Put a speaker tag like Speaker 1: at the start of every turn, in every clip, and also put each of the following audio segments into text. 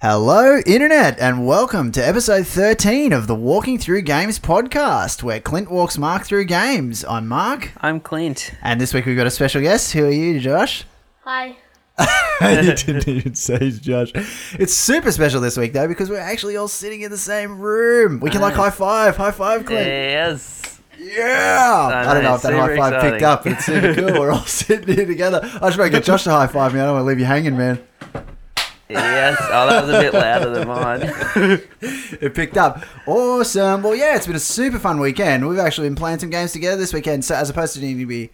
Speaker 1: Hello, Internet, and welcome to episode 13 of the Walking Through Games podcast, where Clint walks Mark through games. I'm Mark,
Speaker 2: I'm Clint.
Speaker 1: and this week we've got a special guest. Who are you, Josh?
Speaker 3: Hi.
Speaker 1: you didn't even say Josh. It's super special this week, though, because we're actually all sitting in the same room. We can, like, high five, high five, Clint.
Speaker 2: Yes.
Speaker 1: Yeah! I don't know if that
Speaker 2: super
Speaker 1: high five picked
Speaker 2: exciting.
Speaker 1: up, but it's super cool. We're all sitting here together. I should make get Josh to high five me. I don't want to leave you hanging, man.
Speaker 2: Yes. Oh, that was a bit louder than mine.
Speaker 1: it picked up. Awesome. Well, yeah, it's been a super fun weekend. We've actually been playing some games together this weekend. So as opposed to needing to be,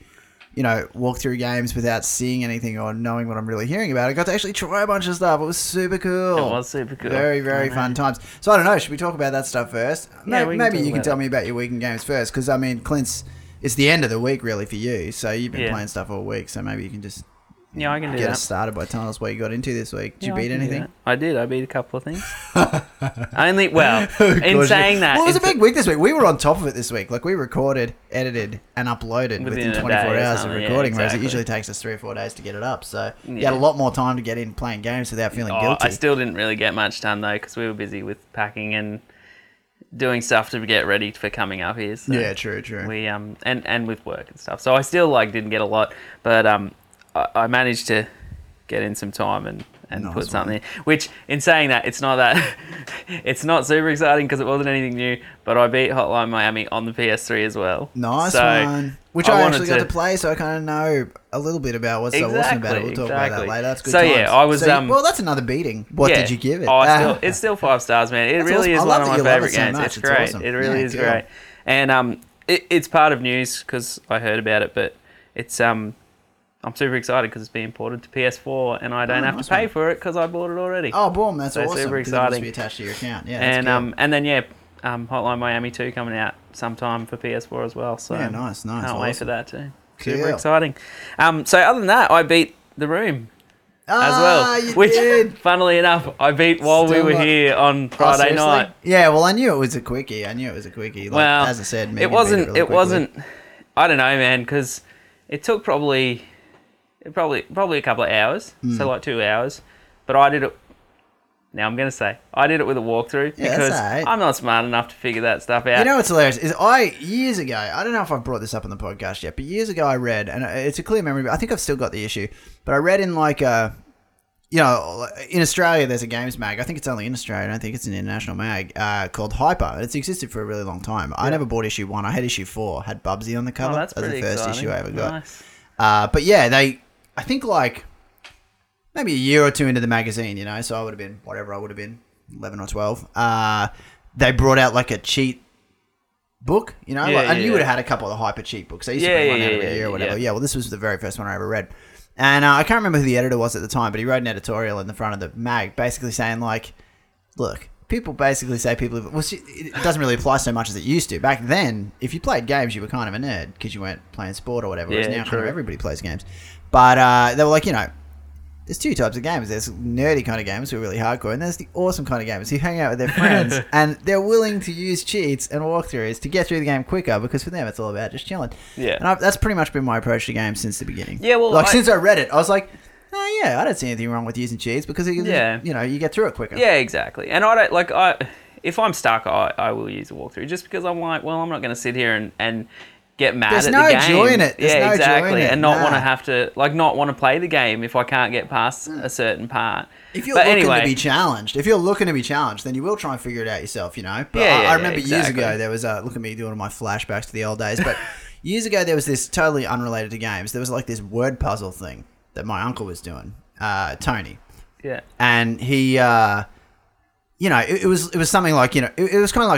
Speaker 1: you know, walk through games without seeing anything or knowing what I'm really hearing about, I got to actually try a bunch of stuff. It was super cool.
Speaker 2: It was super cool.
Speaker 1: Very, very
Speaker 2: I
Speaker 1: fun times. So I don't know. Should we talk about that stuff first? May-
Speaker 2: Yeah, we can
Speaker 1: maybe
Speaker 2: talk
Speaker 1: you can
Speaker 2: about
Speaker 1: tell
Speaker 2: it.
Speaker 1: me about your weekend games first, because I mean, Clint's. It's the end of the week, really, for you. So you've been
Speaker 2: Yeah.
Speaker 1: playing stuff all week. So maybe you can just
Speaker 2: Yeah, I can do
Speaker 1: get
Speaker 2: that.
Speaker 1: us started by telling us what you got into this week. Did
Speaker 2: Yeah,
Speaker 1: you
Speaker 2: I
Speaker 1: beat
Speaker 2: can do
Speaker 1: anything?
Speaker 2: that. I did. I beat a couple of things. Only well,
Speaker 1: Oh,
Speaker 2: in
Speaker 1: gosh.
Speaker 2: saying that,
Speaker 1: well, it was a
Speaker 2: it's-
Speaker 1: big week this week. We were on top of it this week. Like we recorded, edited, and uploaded within,
Speaker 2: Within a
Speaker 1: 24
Speaker 2: day or
Speaker 1: hours of
Speaker 2: something, yeah,
Speaker 1: recording, whereas it
Speaker 2: exactly.
Speaker 1: usually takes us three or four days to get it up. So you
Speaker 2: Yeah.
Speaker 1: had a lot more time to get in playing games without feeling
Speaker 2: Oh,
Speaker 1: guilty.
Speaker 2: I still didn't really get much done though because we were busy with packing and doing stuff to get ready for coming up here. So
Speaker 1: yeah, true, true.
Speaker 2: we um and and with work and stuff. So I still like didn't get a lot, but um I, I managed to get in some time and and
Speaker 1: Nice
Speaker 2: put
Speaker 1: one.
Speaker 2: something. in. Which in saying that, it's not that it's not super exciting because it wasn't anything new. But I beat Hotline Miami on the PS3 as well.
Speaker 1: nice
Speaker 2: So
Speaker 1: one. Which I,
Speaker 2: wanted
Speaker 1: actually got to play, so I kind of know a little bit about what's so awesome about it. We'll
Speaker 2: Exactly,
Speaker 1: talk about that
Speaker 2: exactly.
Speaker 1: later. That's good.
Speaker 2: So,
Speaker 1: times.
Speaker 2: yeah, I was,
Speaker 1: you-
Speaker 2: um,
Speaker 1: well, that's another beating. What
Speaker 2: Yeah.
Speaker 1: did you give it?
Speaker 2: Oh, it's
Speaker 1: Ah.
Speaker 2: still, it's still five stars, man. It
Speaker 1: That's
Speaker 2: really
Speaker 1: awesome. I
Speaker 2: is
Speaker 1: love
Speaker 2: one
Speaker 1: that
Speaker 2: of my
Speaker 1: you love it
Speaker 2: favorite
Speaker 1: so
Speaker 2: games.
Speaker 1: much.
Speaker 2: It's,
Speaker 1: It's
Speaker 2: great.
Speaker 1: awesome.
Speaker 2: It really
Speaker 1: Yeah,
Speaker 2: is
Speaker 1: cool.
Speaker 2: great. And um, it, it's part of news because I heard about it, but it's um, I'm super excited because it's being ported to PS4, and I don't
Speaker 1: Oh,
Speaker 2: have
Speaker 1: nice
Speaker 2: to pay
Speaker 1: one.
Speaker 2: for it because I bought it already.
Speaker 1: oh, boom! That's
Speaker 2: So
Speaker 1: awesome.
Speaker 2: super
Speaker 1: 'cause it'll just
Speaker 2: exciting.
Speaker 1: Be attached to your account. Yeah, that's
Speaker 2: and
Speaker 1: good.
Speaker 2: um, and then yeah, um, Hotline Miami 2 coming out sometime for PS4 as well. So
Speaker 1: Yeah, nice, nice,
Speaker 2: Can't wait
Speaker 1: awesome.
Speaker 2: for that too.
Speaker 1: Cool.
Speaker 2: Super exciting. Um, so other than that, I beat the room. as
Speaker 1: Ah,
Speaker 2: well.
Speaker 1: you
Speaker 2: Which,
Speaker 1: did.
Speaker 2: funnily enough, I beat while
Speaker 1: Still
Speaker 2: we were
Speaker 1: not-
Speaker 2: here on
Speaker 1: Oh,
Speaker 2: Friday
Speaker 1: seriously?
Speaker 2: night.
Speaker 1: Yeah, well, I knew it was a quickie. I knew it was a quickie. Like,
Speaker 2: well,
Speaker 1: as I said, Megan beat
Speaker 2: it wasn't. It,
Speaker 1: really quickly.
Speaker 2: wasn't. I don't know, man, because it took probably, it probably probably a couple of hours,
Speaker 1: Hmm.
Speaker 2: so like two hours. But I did it. Now I'm gonna say I did it with a walkthrough
Speaker 1: Yeah, that's
Speaker 2: because
Speaker 1: alright.
Speaker 2: I'm not smart enough to figure that stuff out.
Speaker 1: You know what's hilarious is I years ago. I don't know if I've brought this up on the podcast yet, but years ago I read, and it's a clear memory. But I think I've still got the issue. But I read in like a, you know, in Australia there's a games mag. I think it's only in Australia. I don't think it's an international mag uh, called Hyper. It's existed for a really long time. I never bought issue one. I had issue four. Had Bubsy on the
Speaker 2: oh,
Speaker 1: cover.
Speaker 2: that's
Speaker 1: that was
Speaker 2: pretty
Speaker 1: the first
Speaker 2: exciting.
Speaker 1: issue I ever got.
Speaker 2: Nice.
Speaker 1: Uh, but yeah, they, I think like maybe a year or two into the magazine, you know, so I would have been whatever I would have been, 11 or 12. Uh, they brought out like a cheat book, you know,
Speaker 2: Yeah,
Speaker 1: like, and
Speaker 2: yeah,
Speaker 1: you would have
Speaker 2: yeah.
Speaker 1: had a couple of the hyper cheat books. They used
Speaker 2: Yeah,
Speaker 1: to bring one
Speaker 2: yeah,
Speaker 1: out every
Speaker 2: yeah,
Speaker 1: year or
Speaker 2: yeah.
Speaker 1: whatever. Yeah. well, this was the very first one I ever read. And uh, I can't remember who the editor was at the time, but he wrote an editorial in the front of the mag basically saying, like, look, people basically say people. Well, see, it doesn't really apply so much as it used to. Back then, if you played games, you were kind of a nerd because you weren't playing sport or whatever. whereas
Speaker 2: Yeah,
Speaker 1: now, kind of
Speaker 2: true.
Speaker 1: everybody plays games. But uh, they were like, you know, there's two types of games. There's nerdy kind of games who are really hardcore, and there's the awesome kind of games who hang out with their friends and they're willing to use cheats and walkthroughs to get through the game quicker because for them it's all about just chilling.
Speaker 2: Yeah.
Speaker 1: and I've, that's pretty much been my approach to games since the beginning.
Speaker 2: Yeah, well,
Speaker 1: like
Speaker 2: I-
Speaker 1: since I read it, I was like. Oh, yeah, I don't see anything wrong with using cheats because you, can just-
Speaker 2: Yeah.
Speaker 1: you know you get through it quicker.
Speaker 2: Yeah, exactly. And I don't like I if I'm stuck, I, I will use a walkthrough just because I'm like, well, I'm not going to sit here and and get mad
Speaker 1: There's
Speaker 2: at
Speaker 1: no
Speaker 2: the game.
Speaker 1: joy in it. There's
Speaker 2: yeah,
Speaker 1: no joy
Speaker 2: exactly.
Speaker 1: in it.
Speaker 2: And not
Speaker 1: Nah.
Speaker 2: want
Speaker 1: Hmm.
Speaker 2: to have to like not want to play the game if I can't get past a certain part.
Speaker 1: If you're
Speaker 2: but
Speaker 1: looking
Speaker 2: anyway,
Speaker 1: to be challenged, if you're looking to be challenged, then you will try and figure it out yourself, you know. But
Speaker 2: Yeah,
Speaker 1: I,
Speaker 2: yeah,
Speaker 1: I
Speaker 2: yeah,
Speaker 1: remember years
Speaker 2: exactly.
Speaker 1: ago there was a look at me doing all my flashbacks to the old days, but years ago there was this totally unrelated to games. There was like this word puzzle thing that my uncle was doing, uh, Tony,
Speaker 2: yeah,
Speaker 1: and he, uh, you know, it, it was it was something like you know it, it was kind of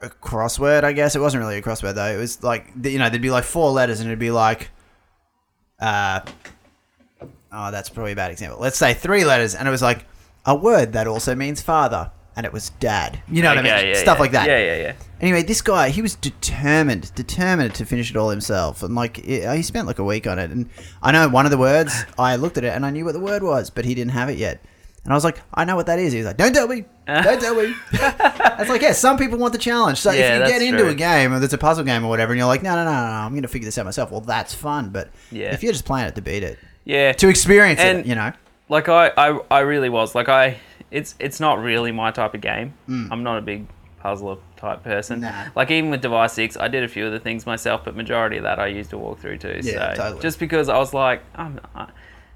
Speaker 1: like a crossword, I guess. It wasn't really a crossword though. It was like you know there'd be like four letters and it'd be like, uh, oh, that's probably a bad example. Let's say three letters, and it was like a word that also means father, and it was dad. You know what I
Speaker 2: Okay,
Speaker 1: mean?
Speaker 2: yeah,
Speaker 1: Stuff
Speaker 2: yeah.
Speaker 1: like that.
Speaker 2: Yeah, yeah, yeah.
Speaker 1: Anyway, this guy, he was determined, determined to finish it all himself, and like it, he spent like a week on it. And I know one of the words. I looked at it and I knew what the word was, but he didn't have it yet. And I was like, I know what that is. He was like, Don't tell me, don't tell me. It's like, yeah, some people want the challenge. So
Speaker 2: Yeah,
Speaker 1: if you
Speaker 2: that's
Speaker 1: get into
Speaker 2: true.
Speaker 1: a game or it's a puzzle game or whatever, and you're like, No, no, no, no, no I'm going to figure this out myself. Well, that's fun, but
Speaker 2: Yeah.
Speaker 1: if you're just playing it to beat it,
Speaker 2: Yeah.
Speaker 1: to experience
Speaker 2: And-
Speaker 1: it, you know,
Speaker 2: like I, I, I really was like I It's it's not really my type of game. I'm not a big puzzler type person.
Speaker 1: Hmm. Nah.
Speaker 2: Like even with Device Six, I did a few of the things myself, but majority of that I used a walkthrough too.
Speaker 1: Yeah,
Speaker 2: so
Speaker 1: totally.
Speaker 2: just because I was like, I'm, I,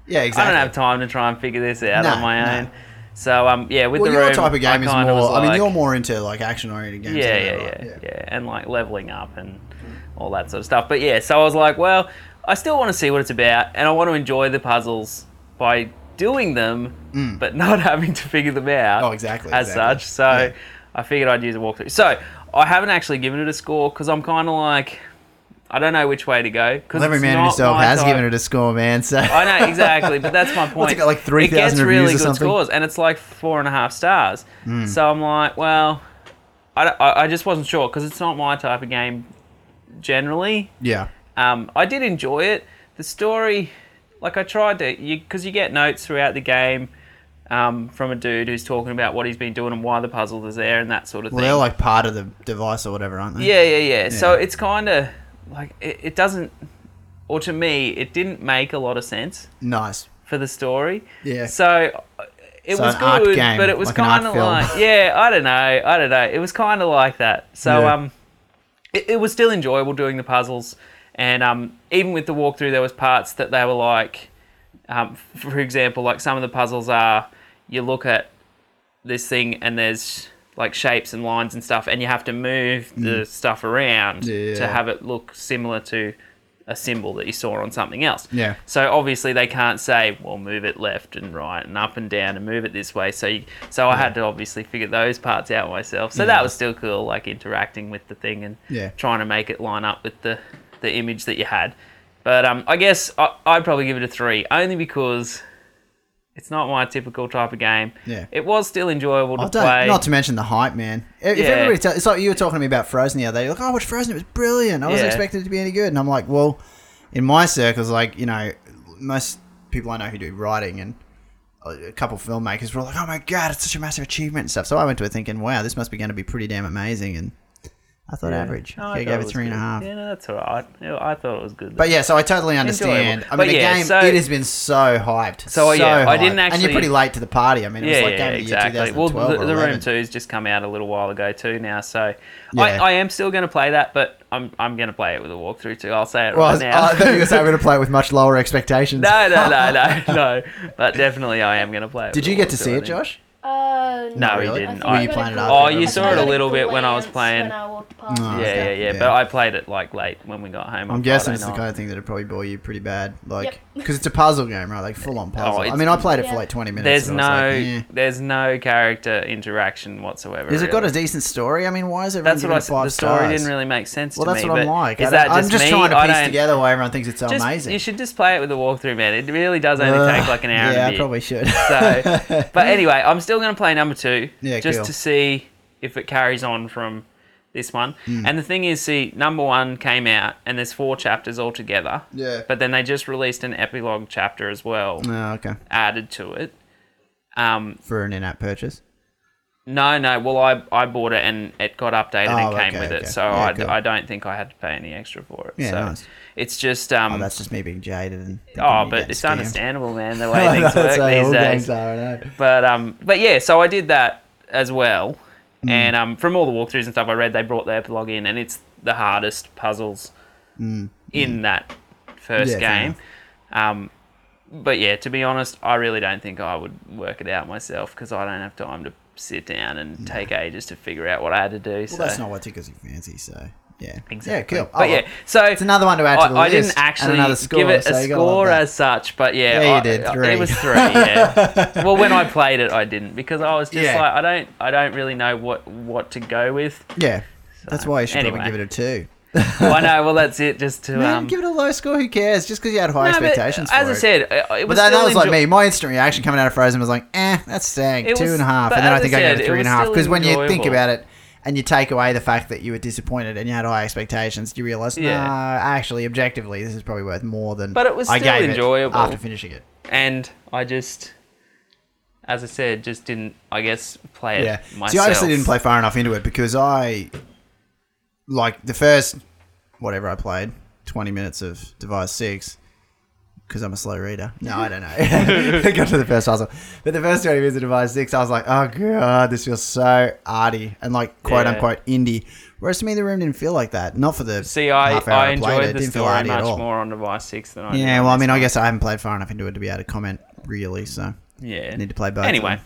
Speaker 1: Yeah,
Speaker 2: I
Speaker 1: exactly.
Speaker 2: don't have time to try and figure this out
Speaker 1: No,
Speaker 2: on my
Speaker 1: no.
Speaker 2: own. So um, yeah, with
Speaker 1: Well,
Speaker 2: the
Speaker 1: your
Speaker 2: room,
Speaker 1: type of
Speaker 2: I
Speaker 1: game is
Speaker 2: kinda
Speaker 1: more.
Speaker 2: was
Speaker 1: I mean,
Speaker 2: like-
Speaker 1: you're more into like action-oriented games.
Speaker 2: yeah,
Speaker 1: anyway,
Speaker 2: yeah,
Speaker 1: right?
Speaker 2: yeah, yeah, and like leveling up and all that sort of stuff. But yeah, so I was like, well, I still want to see what it's about, and I want to enjoy the puzzles by doing them, but not having to figure them out.
Speaker 1: Mm. Oh, exactly,
Speaker 2: As
Speaker 1: exactly.
Speaker 2: such, so
Speaker 1: Yeah.
Speaker 2: I figured I'd use a walkthrough. So I haven't actually given it a score because I'm kind of like, I don't know which way to go. Because
Speaker 1: Well, every man himself has given it a score, man. So
Speaker 2: I know exactly, but that's my point.
Speaker 1: What's it got, like, 3,000
Speaker 2: It gets
Speaker 1: reviews
Speaker 2: really
Speaker 1: or
Speaker 2: good
Speaker 1: something? Hmm.
Speaker 2: scores, and it's like four and a half stars. So I'm like, well, I, don't- I, I just wasn't sure because it's not my type of game generally.
Speaker 1: yeah,
Speaker 2: Um, I did enjoy it. The story, like I tried to, because you, get notes throughout the game um, from a dude who's talking about what he's been doing and why the puzzle is there and that sort of
Speaker 1: well,
Speaker 2: thing.
Speaker 1: they're like part of the device or whatever, aren't they?
Speaker 2: Yeah, yeah, yeah. So
Speaker 1: Yeah.
Speaker 2: it's kind of like it, it doesn't, or to me, it didn't make a lot of sense
Speaker 1: Nice.
Speaker 2: for the story.
Speaker 1: Yeah.
Speaker 2: So uh, it
Speaker 1: So
Speaker 2: was
Speaker 1: an
Speaker 2: good,
Speaker 1: art game,
Speaker 2: but it was
Speaker 1: like an art
Speaker 2: kind of
Speaker 1: film.
Speaker 2: like yeah, I don't know, I don't know. It was kind of like that. So
Speaker 1: Yeah.
Speaker 2: um, it, it was still enjoyable doing the puzzles, and um, even with the walkthrough, there was parts that they were like, um, for example, like some of the puzzles are you look at this thing and there's like shapes and lines and stuff, and you have to move the stuff around
Speaker 1: Mm. Yeah.
Speaker 2: to have it look similar to a symbol that you saw on something else.
Speaker 1: Yeah.
Speaker 2: So obviously they can't say, well, move it left and right and up and down and move it this way. So you, so I had to obviously figure those parts out myself. So that was still cool, like interacting with the thing and
Speaker 1: Yeah.
Speaker 2: trying to make it line up with the the image that you had. But um, I guess I, I'd probably give it a three, only because it's not my typical type of game.
Speaker 1: Yeah.
Speaker 2: It was still enjoyable to
Speaker 1: I don't-
Speaker 2: play.
Speaker 1: Not to mention the hype, man. If if
Speaker 2: Yeah.
Speaker 1: everybody tell, it's like you were talking to me about Frozen the other day. You're like, oh, I watched Frozen. It was brilliant. I wasn't
Speaker 2: Yeah.
Speaker 1: expecting it to be any good. And I'm like, well, in my circles, like you know, most people I know who do writing and a a couple filmmakers were like, oh my god, it's such a massive achievement and stuff. So I went to it thinking, wow, this must be going to be pretty damn amazing. And I thought
Speaker 2: Yeah.
Speaker 1: average.
Speaker 2: No,
Speaker 1: I
Speaker 2: thought
Speaker 1: gave it
Speaker 2: was
Speaker 1: three and a
Speaker 2: good.
Speaker 1: half.
Speaker 2: Yeah, no, that's all right. Yeah, I thought it was good.
Speaker 1: But yeah, so I totally understand.
Speaker 2: Enjoyable.
Speaker 1: I mean,
Speaker 2: But
Speaker 1: the
Speaker 2: yeah,
Speaker 1: game
Speaker 2: so-
Speaker 1: it has been so hyped.
Speaker 2: So, yeah, I didn't
Speaker 1: hyped. and you're
Speaker 2: actually-
Speaker 1: pretty late to the party. I mean, it was like game of the year
Speaker 2: Well,
Speaker 1: 2012
Speaker 2: the,
Speaker 1: or
Speaker 2: the
Speaker 1: 11.
Speaker 2: room two's just come out a little while ago too now, so I,
Speaker 1: Yeah.
Speaker 2: I am still going to play that, but I'm I'm going to play it with a walkthrough too. I'll say it
Speaker 1: Well, I,
Speaker 2: right
Speaker 1: was,
Speaker 2: now.
Speaker 1: I thought you were going to say I'm going to play it with much lower expectations.
Speaker 2: no, no, no, no, no. But definitely, I am going to play it.
Speaker 1: Did
Speaker 2: with a
Speaker 1: you get to
Speaker 2: walkthrough,
Speaker 1: see
Speaker 2: I
Speaker 1: it,
Speaker 2: think.
Speaker 1: Josh?
Speaker 3: Uh, no,
Speaker 2: No,
Speaker 1: Not
Speaker 2: we
Speaker 1: really.
Speaker 2: didn't.
Speaker 1: Were
Speaker 2: I-
Speaker 1: you playing it after?
Speaker 2: Oh, you
Speaker 1: I
Speaker 2: saw it a
Speaker 1: think-
Speaker 2: little bit when I was playing.
Speaker 3: When I walked past.
Speaker 1: Oh,
Speaker 2: Yeah, yeah,
Speaker 1: okay.
Speaker 2: yeah,
Speaker 1: Yeah.
Speaker 2: But I played it like late when we got home. on
Speaker 1: I'm guessing
Speaker 2: Friday
Speaker 1: it's the
Speaker 2: night.
Speaker 1: kind of thing that'd probably bore you pretty bad, like
Speaker 3: Yep.
Speaker 1: because it's a puzzle game, right? Like full on puzzle. I
Speaker 2: it's-
Speaker 1: mean, I played it for
Speaker 3: Yeah.
Speaker 1: like 20 minutes.
Speaker 2: There's
Speaker 1: and
Speaker 2: no,
Speaker 1: I was like, eh.
Speaker 2: there's no character interaction whatsoever.
Speaker 1: Has it got
Speaker 2: really.
Speaker 1: a decent story? I mean, why is it?
Speaker 2: That's what I
Speaker 1: it
Speaker 2: said.
Speaker 1: five
Speaker 2: The story
Speaker 1: stars?
Speaker 2: didn't really make sense
Speaker 1: Well,
Speaker 2: to
Speaker 1: that's
Speaker 2: me.
Speaker 1: what I'm
Speaker 2: but
Speaker 1: like. I
Speaker 2: Is
Speaker 1: don't-
Speaker 2: that just
Speaker 1: I'm just
Speaker 2: me?
Speaker 1: trying to
Speaker 2: I
Speaker 1: piece
Speaker 2: don't-
Speaker 1: together why everyone thinks it's so
Speaker 2: just-
Speaker 1: amazing.
Speaker 2: You should just play it with a walkthrough, man. It really does only take like an hour. and a
Speaker 1: Yeah, I
Speaker 2: bit.
Speaker 1: probably should.
Speaker 2: So, but anyway, I'm still going to play number two
Speaker 1: Yeah,
Speaker 2: just
Speaker 1: cool.
Speaker 2: to see if it carries on from this one.
Speaker 1: Hmm.
Speaker 2: And the thing is, see, number one came out, and there's four chapters altogether.
Speaker 1: Yeah.
Speaker 2: But then they just released an epilogue chapter as well,
Speaker 1: Oh, okay.
Speaker 2: added to it. Um,
Speaker 1: For an in-app purchase.
Speaker 2: no, no. Well, I, I bought it and it got updated
Speaker 1: Oh,
Speaker 2: and came
Speaker 1: okay,
Speaker 2: with
Speaker 1: okay.
Speaker 2: it, so
Speaker 1: Yeah,
Speaker 2: I,
Speaker 1: cool.
Speaker 2: I don't think I had to pay any extra for it.
Speaker 1: Yeah,
Speaker 2: so
Speaker 1: nice.
Speaker 2: it's just um,
Speaker 1: Oh, that's just me being jaded and. thinking
Speaker 2: Oh,
Speaker 1: you're
Speaker 2: but
Speaker 1: getting
Speaker 2: it's
Speaker 1: scammed.
Speaker 2: understandable, man, the way things
Speaker 1: That's
Speaker 2: work
Speaker 1: how all
Speaker 2: these
Speaker 1: games
Speaker 2: days.
Speaker 1: are. I know.
Speaker 2: But um, but yeah, so I did that as well,
Speaker 1: Mm.
Speaker 2: and um, from all the walkthroughs and stuff I read, they brought the epilogue in, and it's the hardest puzzles in that
Speaker 1: Mm.
Speaker 2: first
Speaker 1: Yeah, fair
Speaker 2: game. Um, but yeah, to be honest, I really don't think I would work it out myself because I don't have time to sit down and take ages to figure out what I had to do. so
Speaker 1: Well, that's not what tickles your fancy, so yeah,
Speaker 2: Exactly.
Speaker 1: Yeah, cool. Oh, well,
Speaker 2: But yeah, so
Speaker 1: it's another one to add
Speaker 2: I,
Speaker 1: to the
Speaker 2: I
Speaker 1: list.
Speaker 2: didn't
Speaker 1: and
Speaker 2: actually
Speaker 1: another score,
Speaker 2: give it a
Speaker 1: so you gotta love
Speaker 2: score
Speaker 1: that.
Speaker 2: as such, but yeah,
Speaker 1: Yeah, you
Speaker 2: I-
Speaker 1: did,
Speaker 2: I-
Speaker 1: three.
Speaker 2: It was three. Yeah. well, when I played it, I didn't because I was just
Speaker 1: Yeah.
Speaker 2: like, I don't, I don't really know what what to go with.
Speaker 1: Yeah, that's why you should
Speaker 2: anyway.
Speaker 1: probably give it a two.
Speaker 2: Well, I know. Well, that's it. Just to
Speaker 1: Man,
Speaker 2: um,
Speaker 1: give it a low score. Who cares? Just because you had high
Speaker 2: No, but,
Speaker 1: expectations.
Speaker 2: As
Speaker 1: for
Speaker 2: I
Speaker 1: it.
Speaker 2: said, it, it
Speaker 1: But
Speaker 2: was
Speaker 1: that, that
Speaker 2: still
Speaker 1: was like
Speaker 2: enjoy-
Speaker 1: me. My instant reaction coming out of Frozen was like, eh, that's stag,
Speaker 2: It
Speaker 1: two
Speaker 2: was-
Speaker 1: and a half.
Speaker 2: but
Speaker 1: And then
Speaker 2: as
Speaker 1: I
Speaker 2: I
Speaker 1: think I gave
Speaker 2: said,
Speaker 1: it
Speaker 2: it
Speaker 1: a three
Speaker 2: was
Speaker 1: and a half.
Speaker 2: still
Speaker 1: Because when you think
Speaker 2: enjoyable.
Speaker 1: about it and you take away the fact that you were disappointed and you had high expectations, you realize,
Speaker 2: Yeah.
Speaker 1: no, actually, objectively, this is probably worth more than
Speaker 2: But it was
Speaker 1: I
Speaker 2: still
Speaker 1: gave it
Speaker 2: enjoyable.
Speaker 1: after finishing it.
Speaker 2: and I just, as I said, just didn't. I guess play it
Speaker 1: Yeah.
Speaker 2: myself.
Speaker 1: See, I actually didn't play far enough into it because I, like, the first, whatever I played, 20 minutes of Device 6, because I'm a slow reader. No, I don't know. I got to the first puzzle, but the first time I visited Divide Six, I was like, oh god, this feels so arty and like quote
Speaker 2: Yeah.
Speaker 1: unquote indie. Whereas to me, the room didn't feel like that. Not for the
Speaker 2: See, I,
Speaker 1: half hour
Speaker 2: I
Speaker 1: played
Speaker 2: enjoyed
Speaker 1: it.
Speaker 2: the
Speaker 1: Didn't feel
Speaker 2: story
Speaker 1: arty at
Speaker 2: much
Speaker 1: all.
Speaker 2: more on Device Six than I. did
Speaker 1: Yeah,
Speaker 2: on
Speaker 1: well, I
Speaker 2: this
Speaker 1: mean, I
Speaker 2: one.
Speaker 1: guess I haven't played far enough into it to be able to comment really. So
Speaker 2: yeah.
Speaker 1: need to play both.
Speaker 2: Anyway,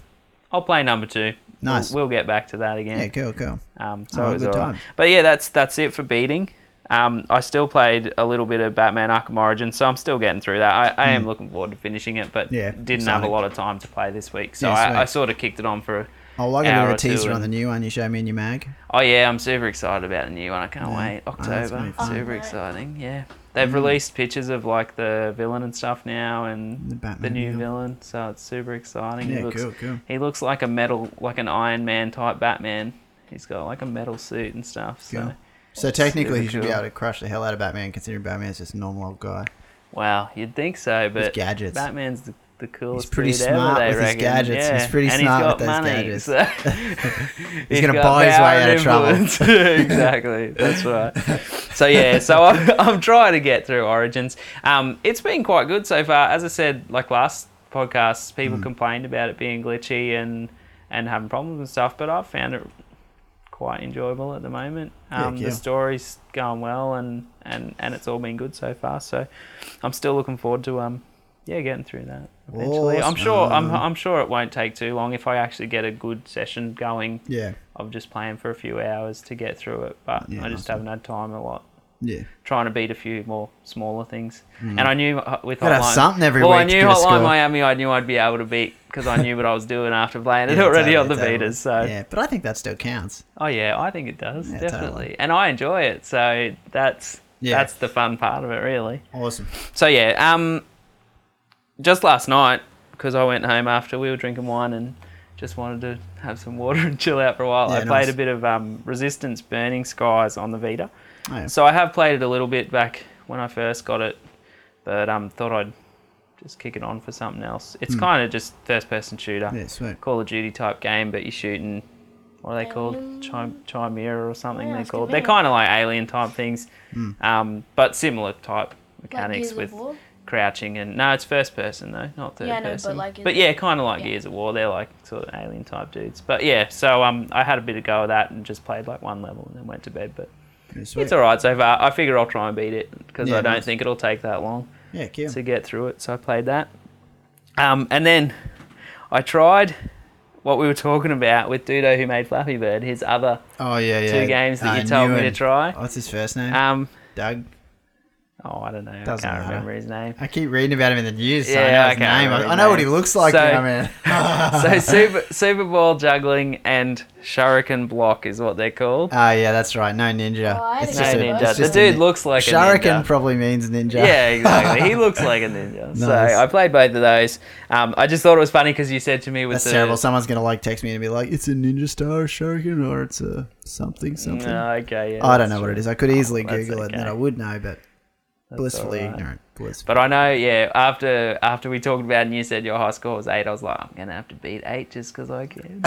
Speaker 2: I'll play number two. We'll-
Speaker 1: um, Nice.
Speaker 2: We'll, get back to that again.
Speaker 1: yeah, cool, cool.
Speaker 2: Um, so
Speaker 1: Oh,
Speaker 2: it was
Speaker 1: good
Speaker 2: all right.
Speaker 1: times.
Speaker 2: But yeah, that's that's it for beating. Um, I still played a little bit of Batman Arkham Origin, so I'm still getting through that. I, I am looking forward to finishing it, but
Speaker 1: Hmm. Yeah,
Speaker 2: didn't have a
Speaker 1: exciting.
Speaker 2: lot of time to play this week, so
Speaker 1: Yeah, sweet.
Speaker 2: I, I sort of kicked it on for.
Speaker 1: Oh, well, I got a
Speaker 2: hour
Speaker 1: bit of
Speaker 2: or
Speaker 1: a
Speaker 2: two
Speaker 1: teaser on
Speaker 2: and-
Speaker 1: the new one you showed me in your mag.
Speaker 2: Oh yeah, I'm super excited about the new one. I can't wait.
Speaker 1: Oh, that's gonna
Speaker 2: October,
Speaker 1: be fun. Hmm.
Speaker 2: super
Speaker 3: Oh, no.
Speaker 2: exciting. Yeah, they've released pictures of like the villain and stuff now, and
Speaker 1: The
Speaker 2: the,
Speaker 1: Batman
Speaker 2: new
Speaker 1: villain.
Speaker 2: villain. So it's super exciting. he
Speaker 1: Yeah,
Speaker 2: looks,
Speaker 1: cool, cool.
Speaker 2: He looks like a metal, like an Iron Man type Batman. He's got like a metal suit and stuff. So
Speaker 1: Cool. So technically,
Speaker 2: super
Speaker 1: he should be
Speaker 2: cool.
Speaker 1: able to crush the hell out of Batman, considering Batman's just a normal old guy.
Speaker 2: wow, you'd think so, but
Speaker 1: gadgets.
Speaker 2: Batman's the, the coolest.
Speaker 1: pretty
Speaker 2: dude
Speaker 1: smart
Speaker 2: ever, they
Speaker 1: with his
Speaker 2: reckon.
Speaker 1: gadgets.
Speaker 2: Yeah.
Speaker 1: He's pretty
Speaker 2: and
Speaker 1: smart
Speaker 2: he's got
Speaker 1: with those
Speaker 2: money,
Speaker 1: gadgets.
Speaker 2: So he's
Speaker 1: gonna
Speaker 2: got
Speaker 1: buy his way
Speaker 2: power
Speaker 1: out
Speaker 2: and
Speaker 1: of trouble.
Speaker 2: influence. exactly. That's right. So yeah, so I'm, I'm trying to get through Origins. Um, it's been quite good so far. As I said, like last podcast,
Speaker 1: Mm.
Speaker 2: people complained about it being glitchy and and having problems and stuff, but I've found it quite enjoyable at the moment. Um,
Speaker 1: Heck yeah.
Speaker 2: The story's going well, and, and and it's all been good so far. So I'm still looking forward to um yeah getting through that eventually. I'm sure I'm
Speaker 1: Awesome.
Speaker 2: I'm sure it won't take too long if I actually get a good session going
Speaker 1: Yeah,
Speaker 2: of just playing for a few hours to get through it. But
Speaker 1: Yeah,
Speaker 2: I just
Speaker 1: nice one.
Speaker 2: haven't had time a lot.
Speaker 1: yeah.
Speaker 2: Trying to beat a few more smaller things, and I knew uh, with
Speaker 1: Hmm. Gotta have
Speaker 2: Hotline-
Speaker 1: something every
Speaker 2: well, I
Speaker 1: week to
Speaker 2: knew
Speaker 1: give a score.
Speaker 2: Hotline Miami. I knew I'd be able to beat because I knew what I was doing after playing it
Speaker 1: Yeah,
Speaker 2: already on the
Speaker 1: totally, totally.
Speaker 2: beaters. So
Speaker 1: yeah, but I think that still counts.
Speaker 2: Oh yeah, I think it does
Speaker 1: Yeah,
Speaker 2: definitely,
Speaker 1: totally.
Speaker 2: and I enjoy it. So that's
Speaker 1: Yeah.
Speaker 2: that's the fun part of it, really.
Speaker 1: Awesome.
Speaker 2: So yeah, um, just last night because I went home after we were drinking wine and just wanted to have some water and chill out for a while.
Speaker 1: Yeah,
Speaker 2: I played
Speaker 1: nice.
Speaker 2: a bit of um, Resistance Burning Skies on the Vita,
Speaker 1: Oh, yeah.
Speaker 2: so I have played it a little bit back when I first got it, but um, thought I'd just kick it on for something else. It's kind of just first-person shooter.
Speaker 1: Hmm. yeah, sweet.
Speaker 2: Call of Duty type game, but you're shooting. What are they called? Chim- Chimera or something
Speaker 3: Yeah, I
Speaker 2: they're
Speaker 3: was
Speaker 2: called.
Speaker 3: gonna
Speaker 2: They're
Speaker 3: make-
Speaker 2: kind of like alien type things,
Speaker 1: Hmm.
Speaker 2: um, but similar type mechanics
Speaker 3: Gears
Speaker 2: with
Speaker 3: of War?
Speaker 2: crouching and no, it's first person though, not third
Speaker 3: Yeah, I know, but
Speaker 2: person.
Speaker 3: like, is it-
Speaker 2: yeah, kind of like
Speaker 3: yeah.
Speaker 2: Gears of War. They're like sort of alien type dudes. But yeah, so um, I had a bit of go of that and just played like one level and then went to bed. But
Speaker 1: Yeah, sweet.
Speaker 2: it's all right so far. I figure I'll try and beat it because
Speaker 1: Yeah,
Speaker 2: I don't
Speaker 1: nice.
Speaker 2: think it'll take that long
Speaker 1: Yeah, cool.
Speaker 2: to get through it. So I played that. Um, and then I tried what we were talking about with Dudo who made Flappy Bird, his other
Speaker 1: Oh yeah, yeah.
Speaker 2: two games that
Speaker 1: Uh,
Speaker 2: you told me to
Speaker 1: Newen.
Speaker 2: try.
Speaker 1: What's his first name?
Speaker 2: Um,
Speaker 1: Doug.
Speaker 2: oh, I don't know.
Speaker 1: Doesn't
Speaker 2: I can't
Speaker 1: matter.
Speaker 2: remember his name.
Speaker 1: I keep reading about him in the news. So
Speaker 2: Yeah,
Speaker 1: I know
Speaker 2: I
Speaker 1: his
Speaker 2: can't
Speaker 1: name.
Speaker 2: remember
Speaker 1: I, I
Speaker 2: his
Speaker 1: know what he
Speaker 2: name.
Speaker 1: looks like.
Speaker 2: So-
Speaker 1: you know, man.
Speaker 2: so super super ball juggling and shuriken block is what they're called.
Speaker 1: Oh yeah, that's right. No ninja.
Speaker 3: Oh, I
Speaker 2: No
Speaker 3: didn't just a- know
Speaker 2: ninja.
Speaker 3: it's
Speaker 2: The
Speaker 3: just
Speaker 2: dude
Speaker 1: nin-
Speaker 2: looks like a
Speaker 1: Shuriken
Speaker 2: ninja.
Speaker 1: probably means ninja.
Speaker 2: Yeah, exactly. He looks like a ninja.
Speaker 1: Nice.
Speaker 2: So I played both of those. Um, I just thought it was funny because you said to me with
Speaker 1: That's
Speaker 2: the
Speaker 1: terrible. Someone's gonna like text me and be like, "It's a ninja star shuriken, or it's a something something."
Speaker 2: No, Ah, okay, yeah,
Speaker 1: I don't
Speaker 2: that's
Speaker 1: know what
Speaker 2: true. Oh,
Speaker 1: it is. I could easily
Speaker 2: that's
Speaker 1: Google it, and then
Speaker 2: okay.
Speaker 1: I would know. But blissfully
Speaker 2: alright.
Speaker 1: ignorant, blissfully.
Speaker 2: But I know, yeah. After after we talked about it and you said your high score was eight, I was like, I'm gonna have to beat eight just because I can.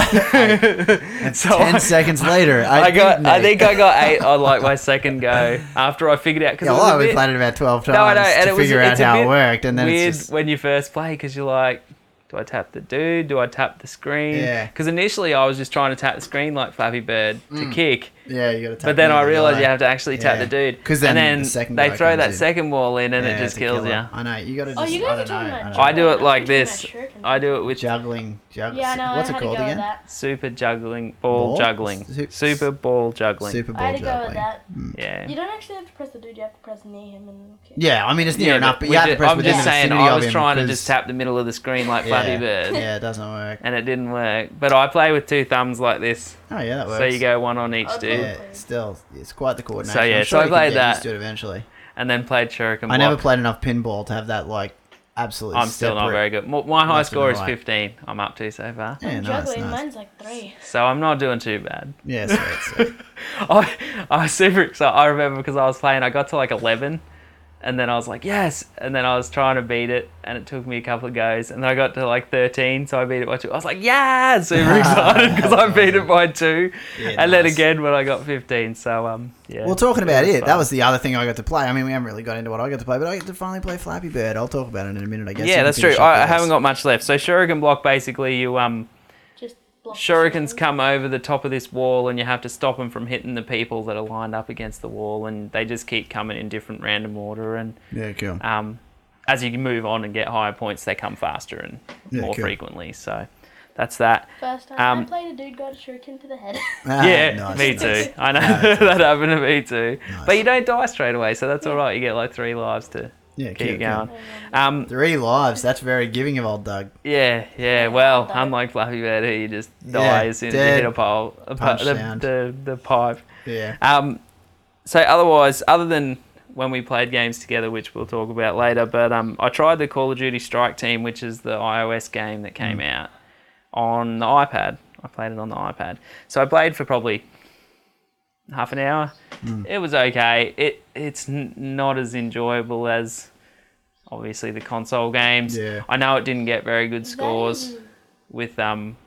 Speaker 2: and so
Speaker 1: Ten
Speaker 2: I,
Speaker 1: seconds later, I,
Speaker 2: I got.
Speaker 1: did
Speaker 2: I
Speaker 1: know.
Speaker 2: think I got eight on like my second go after I figured out because
Speaker 1: Yeah, well, we played it about twelve times to figure out
Speaker 2: it's a
Speaker 1: how it
Speaker 2: bit
Speaker 1: worked, and then
Speaker 2: weird
Speaker 1: it's just
Speaker 2: when you first play because you're like, do I tap the dude? Do I tap the screen?
Speaker 1: Yeah.
Speaker 2: Because initially I was just trying to tap the screen like Flappy Bird
Speaker 1: Mm.
Speaker 2: to kick,
Speaker 1: yeah, you got to.
Speaker 2: but then I realized you have to actually tap the dude.
Speaker 1: 'Cause then
Speaker 2: and then
Speaker 1: the second
Speaker 2: they
Speaker 1: guy
Speaker 2: throw
Speaker 1: comes
Speaker 2: that
Speaker 1: in.
Speaker 2: second wall in and
Speaker 1: Yeah,
Speaker 2: it just
Speaker 1: to kill
Speaker 2: kills
Speaker 1: it.
Speaker 2: you.
Speaker 1: I know you got to.
Speaker 3: Oh, you
Speaker 1: just-
Speaker 3: guys
Speaker 1: I don't
Speaker 3: are
Speaker 1: know.
Speaker 3: talking about
Speaker 1: I don't know.
Speaker 2: I do it like
Speaker 3: I'm thinking
Speaker 2: this.
Speaker 3: about shuriken.
Speaker 2: I do it with
Speaker 1: juggling, juggling.
Speaker 3: Yeah, no, I
Speaker 1: What's
Speaker 3: had
Speaker 1: it
Speaker 3: to go
Speaker 1: called
Speaker 3: with
Speaker 1: again?
Speaker 3: that.
Speaker 2: super juggling, ball,
Speaker 1: Ball?
Speaker 2: juggling,
Speaker 1: Su-
Speaker 2: super ball juggling.
Speaker 1: Super Bowl
Speaker 3: I had to go
Speaker 1: juggling.
Speaker 3: with that.
Speaker 2: Yeah.
Speaker 3: You don't actually have to press the dude. You have to press near him and. kick.
Speaker 1: Yeah, I mean it's near enough, but
Speaker 2: we
Speaker 1: you have to
Speaker 2: did-
Speaker 1: press
Speaker 2: I'm
Speaker 1: within
Speaker 2: just
Speaker 1: the
Speaker 2: saying,
Speaker 1: vicinity
Speaker 2: I
Speaker 1: of
Speaker 2: was
Speaker 1: him
Speaker 2: trying to
Speaker 1: 'cause-
Speaker 2: just tap the middle of the screen like
Speaker 1: yeah,
Speaker 2: Flappy Bird,
Speaker 1: Yeah, it doesn't work.
Speaker 2: and it didn't work. But I play with two thumbs like this,
Speaker 1: Oh yeah, that works.
Speaker 2: so you go one on each
Speaker 3: Oh,
Speaker 2: dude,
Speaker 1: Yeah, it's still, it's quite the coordination.
Speaker 2: So, yeah,
Speaker 1: I'm
Speaker 2: so
Speaker 1: sure
Speaker 2: I
Speaker 1: you can
Speaker 2: played
Speaker 1: get
Speaker 2: that.
Speaker 1: used to it eventually.
Speaker 2: and then played Shuriken Block.
Speaker 1: I never played enough pinball to have that like absolutely.
Speaker 2: I'm still not
Speaker 1: separate-
Speaker 2: very good. M- My high
Speaker 1: left and
Speaker 2: score is
Speaker 1: right.
Speaker 2: 15. I'm up to so far,
Speaker 1: Yeah, nice,
Speaker 3: Juggling,
Speaker 1: nice.
Speaker 3: mine's like three.
Speaker 2: so I'm not doing too bad.
Speaker 1: Yeah, sweet, sweet.
Speaker 2: I, I was super excited. I remember because I was playing. I got to like eleven, and then I was like, yes. And then I was trying to beat it, and it took me a couple of goes. And then I got to like 13, so I beat it by two. I was like, yeah, super excited because I beat it by two.
Speaker 1: Yeah,
Speaker 2: and then
Speaker 1: nice.
Speaker 2: again when I got 15. So, um, yeah.
Speaker 1: Well, talking about it,
Speaker 2: fun.
Speaker 1: that was the other thing I got to play. I mean, we haven't really got into what I got to play, but I get to finally play Flappy Bird. I'll talk about it in a minute, I guess.
Speaker 2: Yeah, that's true. I, I haven't got much left. So, Shuriken Block basically, you, um,
Speaker 3: Just block the
Speaker 2: shurikens
Speaker 3: shuriken.
Speaker 2: come over the top of this wall and you have to stop them from hitting the people that are lined up against the wall and they just keep coming in different random order and
Speaker 1: Yeah, cool.
Speaker 2: um, as you move on and get higher points they come faster and
Speaker 1: Yeah,
Speaker 2: more
Speaker 1: cool.
Speaker 2: frequently so that's that
Speaker 3: First time
Speaker 2: um,
Speaker 3: I played a dude got a shuriken to the head. Um,
Speaker 1: Ah,
Speaker 2: yeah
Speaker 1: nice,
Speaker 2: me
Speaker 1: nice.
Speaker 2: too i know that happened to me too but
Speaker 1: Nice.
Speaker 2: you don't die straight away so that's all right you get like three lives to
Speaker 1: Yeah,
Speaker 2: keep
Speaker 1: cute,
Speaker 2: going
Speaker 1: cute.
Speaker 2: um,
Speaker 1: Three lives. That's very giving of old Doug.
Speaker 2: Yeah, yeah. Well,
Speaker 3: die.
Speaker 2: unlike Fluffy Bird, who you just
Speaker 1: Yeah,
Speaker 2: die as soon as you
Speaker 1: dead.
Speaker 2: hit a pole, a pu-
Speaker 1: Punch
Speaker 2: the,
Speaker 1: sound.
Speaker 2: the, the pipe.
Speaker 1: Yeah.
Speaker 2: Um, so otherwise, other than when we played games together, which we'll talk about later, but um, I tried the Call of Duty Strike Team, which is the iOS game that came out on the iPad. I played it on the iPad. So I played for probably half an hour. It was okay. It it's n- not as enjoyable as obviously the console games.
Speaker 1: Yeah.
Speaker 2: I know it didn't get very good scores with um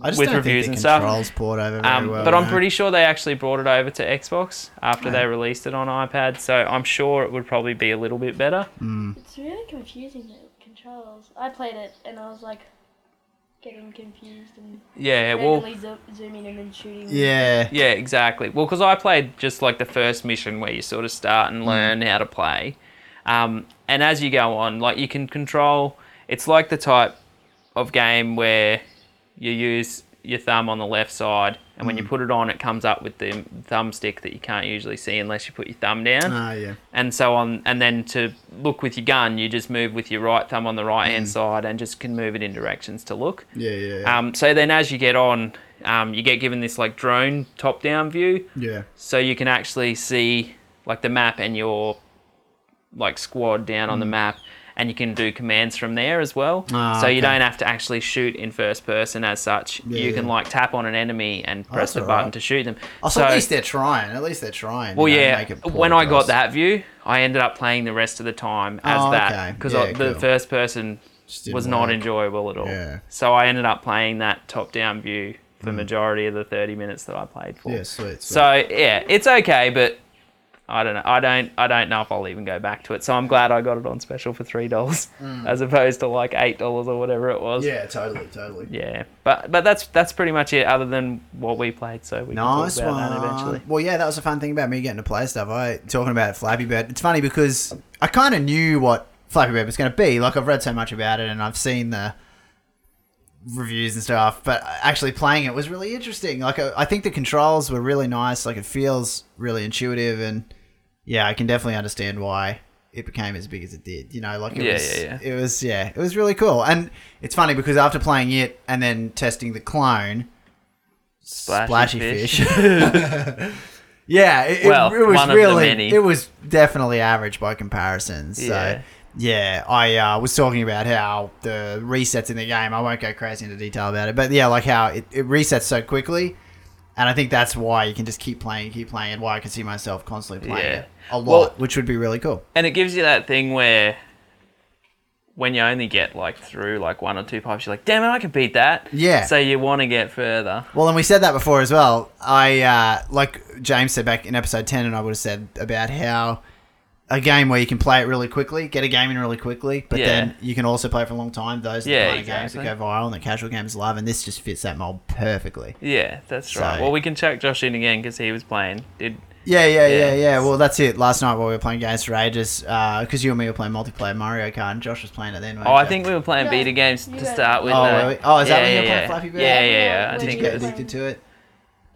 Speaker 1: I just
Speaker 2: with
Speaker 1: don't
Speaker 2: reviews
Speaker 1: think the
Speaker 2: and stuff.
Speaker 1: controls port over very
Speaker 2: um,
Speaker 1: well.
Speaker 2: but I'm
Speaker 1: no.
Speaker 2: pretty sure they actually brought it over to Xbox after they released it on iPad, so I'm sure it would probably be a little bit better.
Speaker 3: It's really confusing the controls. I played it and I was like getting confused and
Speaker 2: Yeah, well,
Speaker 3: randomly zo- zooming in and shooting.
Speaker 1: Yeah.
Speaker 2: yeah, exactly. Well, because I played just like the first mission where you sort of start
Speaker 1: Mm.
Speaker 2: and learn how to play, um, and as you go on, like you can control. It's like the type of game where you use your thumb on the left side, and when you
Speaker 1: Mm.
Speaker 2: put it on, it comes up with the thumbstick that you can't usually see unless you put your thumb down.
Speaker 1: Ah, yeah.
Speaker 2: and so on. And then to look with your gun, you just move with your right thumb on the right hand side and just can move it in directions to look.
Speaker 1: Yeah, yeah, Mm. yeah.
Speaker 2: Um, so then as you get on, um, you get given this like drone top down view,
Speaker 1: yeah.
Speaker 2: so you can actually see like the map and your like squad down on the map. And you can do commands from there as well.
Speaker 1: Mm. Ah,
Speaker 2: so you
Speaker 1: okay.
Speaker 2: don't have to actually shoot in first person as such.
Speaker 1: Yeah,
Speaker 2: you can
Speaker 1: yeah. Oh,
Speaker 2: like tap on an enemy and
Speaker 1: that's
Speaker 2: press the
Speaker 1: all
Speaker 2: button
Speaker 1: right.
Speaker 2: to shoot them.
Speaker 1: Oh, so,
Speaker 2: So-
Speaker 1: at least they're trying. At least they're trying.
Speaker 2: well,
Speaker 1: you know,
Speaker 2: yeah.
Speaker 1: make it port
Speaker 2: When I got
Speaker 1: across.
Speaker 2: that view, I ended up playing the rest of the time as
Speaker 1: Oh,
Speaker 2: that
Speaker 1: okay.
Speaker 2: because
Speaker 1: Yeah,
Speaker 2: the
Speaker 1: cool.
Speaker 2: first person
Speaker 1: Just didn't
Speaker 2: was not
Speaker 1: work.
Speaker 2: enjoyable at all.
Speaker 1: Yeah. Mm.
Speaker 2: So I ended up playing that top-down view for the majority of the 30 minutes that I played for.
Speaker 1: Yeah, sweet. sweet.
Speaker 2: So yeah, it's okay, but I don't know. I don't. I don't know if I'll even go back to it. So I'm glad I got it on special for three dollars, as opposed to like eight dollars or whatever it was.
Speaker 1: Mm. yeah, totally, totally.
Speaker 2: Yeah. But but that's that's pretty much it, other than what we played. So we
Speaker 1: Nice
Speaker 2: can talk about that
Speaker 1: one.
Speaker 2: eventually.
Speaker 1: Well, yeah, that was a fun thing about me getting to play stuff. I talking about Flappy Bird. It's funny because I kind of knew what Flappy Bird was going to be. Like I've read so much about it and I've seen the reviews and stuff, but actually playing it was really interesting. Like I, I think the controls were really nice. Like it feels really intuitive, and yeah, I can definitely understand why it became as big as it did. You know, like it
Speaker 2: Yeah,
Speaker 1: was,
Speaker 2: yeah,
Speaker 1: it was, yeah, it was really cool. And it's funny because after playing it and then testing the clone.
Speaker 2: Splashy fish.
Speaker 1: Yeah, it, it-
Speaker 2: Well,
Speaker 1: it, was
Speaker 2: one of the
Speaker 1: really,
Speaker 2: many.
Speaker 1: it was definitely average by comparison. So,
Speaker 2: Yeah.
Speaker 1: yeah, I uh, was talking about how the resets in the game. I won't go crazy into detail about it, but yeah, like how it, it resets so quickly, and I think that's why you can just keep playing, keep playing, and why I can see myself constantly playing
Speaker 2: Yeah.
Speaker 1: it a lot,
Speaker 2: Well-
Speaker 1: which would be really cool.
Speaker 2: And it gives you that thing where when you only get like through like one or two pipes, you're like, damn it, I could beat that.
Speaker 1: Yeah.
Speaker 2: So you want to get further.
Speaker 1: Well, and we said that before as well. I uh, like James said back in episode ten, and I would have said about how a game where you can play it really quickly, get a game in really quickly, but
Speaker 2: Yeah.
Speaker 1: then you can also play for a long time. Those are the
Speaker 2: Yeah,
Speaker 1: kind of
Speaker 2: exactly.
Speaker 1: games that go viral and the casual games love, and this just fits that mold perfectly.
Speaker 2: Yeah, that's
Speaker 1: So-
Speaker 2: right. Well, we can chuck Josh in again because he was playing. Did
Speaker 1: Yeah, yeah, yeah,
Speaker 2: Yeah.
Speaker 1: yeah. Well, that's it. Last night while we were playing games for ages, because you and me were playing multiplayer Mario Kart, and Josh was playing it then.
Speaker 2: oh, I think we were playing
Speaker 3: No,
Speaker 2: beta games
Speaker 3: you
Speaker 2: to
Speaker 3: guys-
Speaker 2: start with.
Speaker 1: Oh,
Speaker 2: though.
Speaker 1: were we? Oh, is that
Speaker 2: yeah,
Speaker 1: when you were
Speaker 2: yeah,
Speaker 1: playing
Speaker 2: yeah.
Speaker 1: Flappy Bird?
Speaker 2: Yeah, yeah, yeah. I
Speaker 3: Did
Speaker 1: did
Speaker 2: think
Speaker 1: you
Speaker 2: it
Speaker 1: get
Speaker 2: was.
Speaker 1: addicted to it.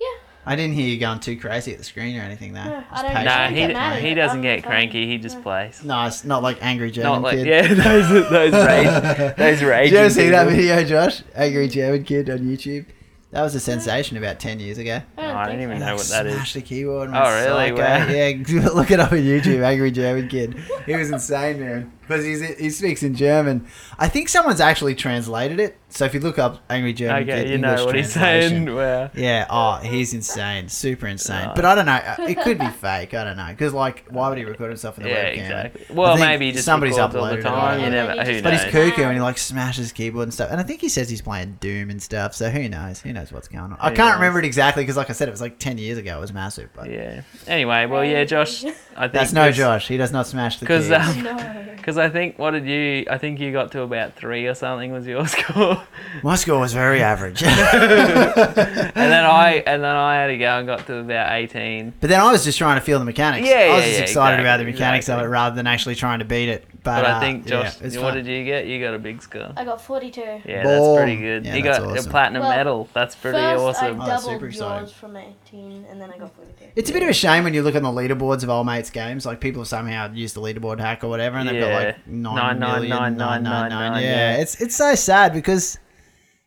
Speaker 3: Yeah.
Speaker 1: I didn't hear you going too crazy at the screen or anything though.
Speaker 3: No, I
Speaker 1: Just
Speaker 3: don't-
Speaker 1: patient.
Speaker 2: Nah,
Speaker 3: Don't get mad
Speaker 2: he,
Speaker 3: at
Speaker 2: he
Speaker 3: it.
Speaker 2: doesn't
Speaker 3: I'm
Speaker 2: get
Speaker 3: fine.
Speaker 2: cranky. He just plays.
Speaker 1: No, it's not like angry German
Speaker 2: Not like
Speaker 1: kid.
Speaker 2: yeah, those those rage those rage.
Speaker 1: Did you ever see that video, Josh? Angry German kid on YouTube. That was a sensation about ten years ago.
Speaker 3: I don't,
Speaker 2: I don't
Speaker 3: think
Speaker 2: even
Speaker 3: so.
Speaker 2: know
Speaker 1: Like,
Speaker 2: what that is.
Speaker 1: Smashed the keyboard. and
Speaker 2: Oh,
Speaker 1: went
Speaker 2: really?
Speaker 1: psycho.
Speaker 2: Wow.
Speaker 1: Yeah, look it up on YouTube. Angry German kid. He was insane, man. because he speaks in German. I think someone's actually translated it. So if you look up Angry German,
Speaker 2: Okay,
Speaker 1: get
Speaker 2: you know
Speaker 1: English
Speaker 2: what he's
Speaker 1: translation.
Speaker 2: saying. Wow.
Speaker 1: Yeah, oh, he's insane, super insane.
Speaker 2: No.
Speaker 1: But I don't know, uh, it could be fake. I don't know, because like, why would he record himself in the
Speaker 2: Yeah,
Speaker 1: webcam?
Speaker 2: exactly.
Speaker 1: I
Speaker 2: Well,
Speaker 1: think
Speaker 2: maybe he just
Speaker 1: somebody's
Speaker 2: records all
Speaker 1: uploaded
Speaker 2: the
Speaker 1: it,
Speaker 2: time.
Speaker 1: I
Speaker 2: You
Speaker 1: don't know.
Speaker 2: never, who knows?
Speaker 1: But he's
Speaker 3: knows?
Speaker 1: cuckoo and he like smashes keyboard and stuff. And I think he says he's playing Doom and stuff. So who knows? Who knows what's going on? I
Speaker 2: Who
Speaker 1: can't
Speaker 2: knows?
Speaker 1: remember it exactly because, like I said, it was like ten years ago. It was massive, but
Speaker 2: Yeah. Anyway, well, yeah, Josh. I think
Speaker 1: that's no
Speaker 2: that's-
Speaker 1: Josh. He does not smash the
Speaker 2: 'Cause,
Speaker 1: keys.
Speaker 2: um,
Speaker 3: No.
Speaker 2: Because I think, what did you? I think you got to about three or something was your score,
Speaker 1: My score was very average.
Speaker 2: and then I and then I had to go and got to about eighteen.
Speaker 1: But then I was just trying to feel the mechanics.
Speaker 2: Yeah,
Speaker 1: I
Speaker 2: yeah,
Speaker 1: was just
Speaker 2: yeah,
Speaker 1: excited
Speaker 2: exactly,
Speaker 1: about the mechanics
Speaker 2: exactly.
Speaker 1: of it rather than actually trying to beat it. But,
Speaker 2: But
Speaker 1: uh,
Speaker 2: I think Josh,
Speaker 1: yeah, it's fun.
Speaker 2: what did you get? You got a big score.
Speaker 3: I got 42.
Speaker 2: Yeah,
Speaker 1: Boom.
Speaker 2: that's pretty good.
Speaker 1: Yeah,
Speaker 2: you
Speaker 1: that's
Speaker 2: got
Speaker 1: awesome.
Speaker 2: a platinum
Speaker 3: Well,
Speaker 2: medal. That's pretty
Speaker 3: First,
Speaker 2: awesome.
Speaker 3: I
Speaker 1: Oh, that's super
Speaker 3: doubled
Speaker 1: exciting.
Speaker 3: yours from 18, and then I got 42.
Speaker 1: It's a bit of a shame when you look on the leaderboards of old mates' games. Like people somehow use the leaderboard hack or whatever, and they've got like
Speaker 2: Yeah.
Speaker 1: nine million nine nine nine nine.
Speaker 2: yeah.
Speaker 1: Yeah, it's it's so sad because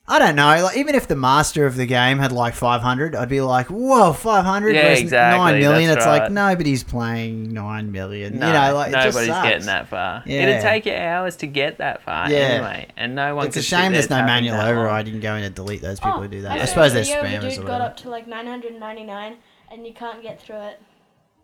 Speaker 1: I don't know. Like even if the master of the game had like five hundred, I'd be like, whoa, five hundred.
Speaker 2: Yeah, exactly,
Speaker 1: Nine million.
Speaker 2: that's
Speaker 1: it's
Speaker 2: right.
Speaker 1: like nobody's playing nine million.
Speaker 2: No,
Speaker 1: you know, like it just
Speaker 2: nobody's
Speaker 1: sucks.
Speaker 2: getting that far.
Speaker 1: Yeah.
Speaker 2: It'd take you hours to get that far
Speaker 1: Yeah.
Speaker 2: anyway, and no one.
Speaker 1: It's
Speaker 2: could
Speaker 1: a
Speaker 2: sit
Speaker 1: shame
Speaker 2: there
Speaker 1: there's no
Speaker 2: tapping
Speaker 1: manual
Speaker 2: that long.
Speaker 1: override. You can go in and delete those people
Speaker 3: Oh,
Speaker 1: who do that. I
Speaker 3: saw
Speaker 1: suppose
Speaker 3: a
Speaker 1: they're
Speaker 3: video of a
Speaker 1: spammers or
Speaker 3: dude got
Speaker 1: whatever.
Speaker 3: up to like 999, and you can't get through it.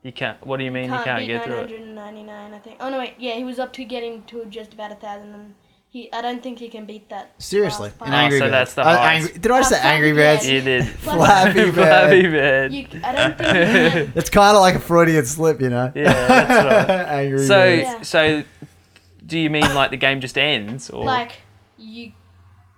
Speaker 2: You can't. What do you mean
Speaker 3: can't,
Speaker 2: you can't
Speaker 3: beat
Speaker 2: get through it?
Speaker 3: 999, I think. Oh no, wait, yeah, he was up to getting to just about a thousand, and he. I don't think he can beat that.
Speaker 1: Seriously,
Speaker 3: last
Speaker 1: an
Speaker 3: part.
Speaker 1: angry
Speaker 2: Oh, so
Speaker 1: bird.
Speaker 2: that's the
Speaker 1: Uh,
Speaker 2: highest.
Speaker 1: angry- Did I just say
Speaker 3: That's not
Speaker 1: angry
Speaker 3: the
Speaker 1: birds?
Speaker 3: best.
Speaker 2: You did.
Speaker 1: Flappy
Speaker 2: Flappy
Speaker 1: Bird.
Speaker 2: Bird.
Speaker 3: You, I don't think you can.
Speaker 1: It's kind of like a Freudian slip, you know.
Speaker 2: Yeah, that's right.
Speaker 1: Angry.
Speaker 2: So,
Speaker 1: Birds.
Speaker 3: Yeah.
Speaker 2: so, do you mean like the game just ends, or
Speaker 3: like you,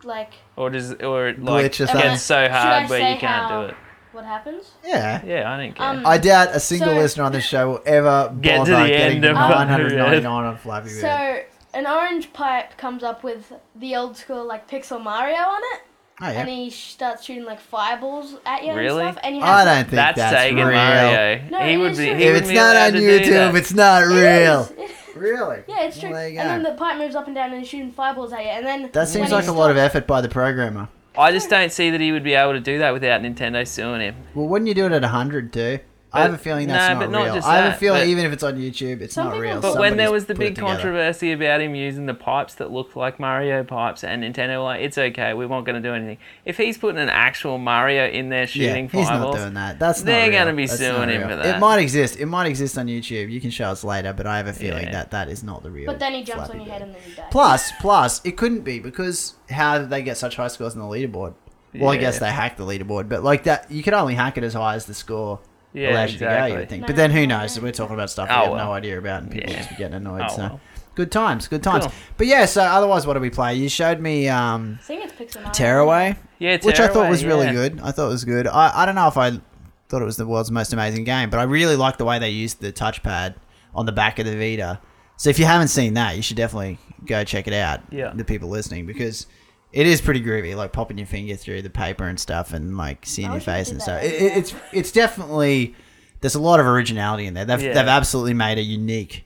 Speaker 3: like
Speaker 2: or does or it
Speaker 1: Glitch
Speaker 2: like
Speaker 1: or
Speaker 2: gets
Speaker 1: something.
Speaker 2: so
Speaker 3: Should I
Speaker 2: hard where
Speaker 3: say
Speaker 2: you can't
Speaker 3: how-
Speaker 2: do it?
Speaker 3: what happens?
Speaker 1: yeah.
Speaker 2: Yeah, I don't care.
Speaker 3: Um,
Speaker 1: I doubt a single
Speaker 3: So-
Speaker 1: listener on this show will ever
Speaker 2: Get to
Speaker 1: bother
Speaker 2: the
Speaker 1: getting
Speaker 2: end of Flappy
Speaker 1: 999
Speaker 2: Bird.
Speaker 1: on Flappy Bird.
Speaker 3: So an orange pipe comes up with the old school like Pixel Mario on it,
Speaker 1: oh,
Speaker 3: and
Speaker 1: yeah.
Speaker 3: he starts shooting like fireballs at you
Speaker 2: Really?
Speaker 3: and stuff. And you
Speaker 1: I
Speaker 3: have
Speaker 1: don't think
Speaker 2: that's
Speaker 1: that's,
Speaker 2: Sega
Speaker 1: real.
Speaker 2: Mario.
Speaker 3: No,
Speaker 2: he
Speaker 3: it
Speaker 2: would
Speaker 3: is
Speaker 2: be.
Speaker 3: true.
Speaker 2: He
Speaker 1: If
Speaker 2: wouldn't
Speaker 1: it's
Speaker 2: be
Speaker 1: not
Speaker 2: allowed
Speaker 1: on
Speaker 2: to do
Speaker 1: YouTube,
Speaker 2: that.
Speaker 1: it's not
Speaker 3: It
Speaker 1: real.
Speaker 3: is, it-
Speaker 1: Really?
Speaker 3: Yeah, it's true.
Speaker 1: Well, there
Speaker 3: and
Speaker 1: you
Speaker 3: then
Speaker 1: go.
Speaker 3: the pipe moves up and down and is shooting fireballs at you. And then
Speaker 1: that
Speaker 3: when
Speaker 1: seems
Speaker 3: he
Speaker 1: like a lot of
Speaker 3: stops-
Speaker 1: effort by the programmer.
Speaker 2: I just don't see that he would be able to do that without Nintendo suing him.
Speaker 1: Well, wouldn't you do it at 100 too? I have a
Speaker 2: But-
Speaker 1: feeling
Speaker 2: no,
Speaker 1: that's
Speaker 2: but
Speaker 1: not
Speaker 2: not
Speaker 1: real.
Speaker 2: just
Speaker 1: I have a
Speaker 2: that,
Speaker 1: feeling
Speaker 2: but-
Speaker 1: even if it's on YouTube, it's
Speaker 3: Some
Speaker 1: not
Speaker 3: people-
Speaker 1: real.
Speaker 3: But
Speaker 2: But when
Speaker 1: Somebody's
Speaker 2: there was the
Speaker 1: put it
Speaker 2: big
Speaker 1: together.
Speaker 2: controversy about him using the pipes that looked like Mario pipes, and Nintendo were like, "It's okay, we weren't going to do anything." If he's putting an actual Mario in there
Speaker 1: yeah,
Speaker 2: shooting
Speaker 1: he's
Speaker 2: fireballs,
Speaker 1: not doing that. That's
Speaker 2: They're
Speaker 1: not real.
Speaker 2: gonna be
Speaker 1: That's
Speaker 2: suing
Speaker 1: not
Speaker 2: him
Speaker 1: real.
Speaker 2: for that.
Speaker 1: It might exist. It might exist on YouTube. You can show us later, but I have a feeling
Speaker 2: Yeah.
Speaker 1: that that is not the real.
Speaker 3: But then he jumps
Speaker 1: Flappy
Speaker 3: on
Speaker 1: Bird.
Speaker 3: your head and then you die.
Speaker 1: Plus, plus, it couldn't be because how did they get such high scores on the leaderboard? Well, I guess
Speaker 2: Yeah.
Speaker 1: they hacked the leaderboard, but like that, you could only hack it as high as the score
Speaker 2: Yeah,
Speaker 1: allows you to go. You
Speaker 2: exactly.
Speaker 1: would think,
Speaker 3: No,
Speaker 1: but then who
Speaker 3: no,
Speaker 1: knows?
Speaker 3: no.
Speaker 1: We're talking about stuff
Speaker 2: Oh,
Speaker 1: we have
Speaker 2: well.
Speaker 1: no idea about, and people
Speaker 2: Yeah.
Speaker 1: just be getting annoyed.
Speaker 2: Oh,
Speaker 1: so,
Speaker 2: well.
Speaker 1: good times, good times.
Speaker 2: Cool.
Speaker 1: But yeah, so otherwise, what do we play? You showed me um,
Speaker 3: I think it's Pixel Mario.
Speaker 1: Tearaway,
Speaker 2: yeah,
Speaker 1: which I thought
Speaker 2: Tearaway,
Speaker 1: was really
Speaker 2: yeah.
Speaker 1: good. I thought it was good. I, I don't know if I thought it was the world's most amazing game, but I really liked the way they used the touchpad on the back of the Vita. So if you haven't seen that, you should definitely go check it out.
Speaker 2: Yeah.
Speaker 1: The people listening, because it is pretty groovy, like popping your finger through the paper and stuff, and like seeing
Speaker 3: I
Speaker 1: your
Speaker 3: wish I
Speaker 1: face
Speaker 3: did
Speaker 1: and
Speaker 3: that
Speaker 1: stuff. It,
Speaker 3: every
Speaker 1: it,
Speaker 3: day.
Speaker 1: it's it's definitely there's a lot of originality in there. They've
Speaker 2: Yeah.
Speaker 1: they've absolutely made it unique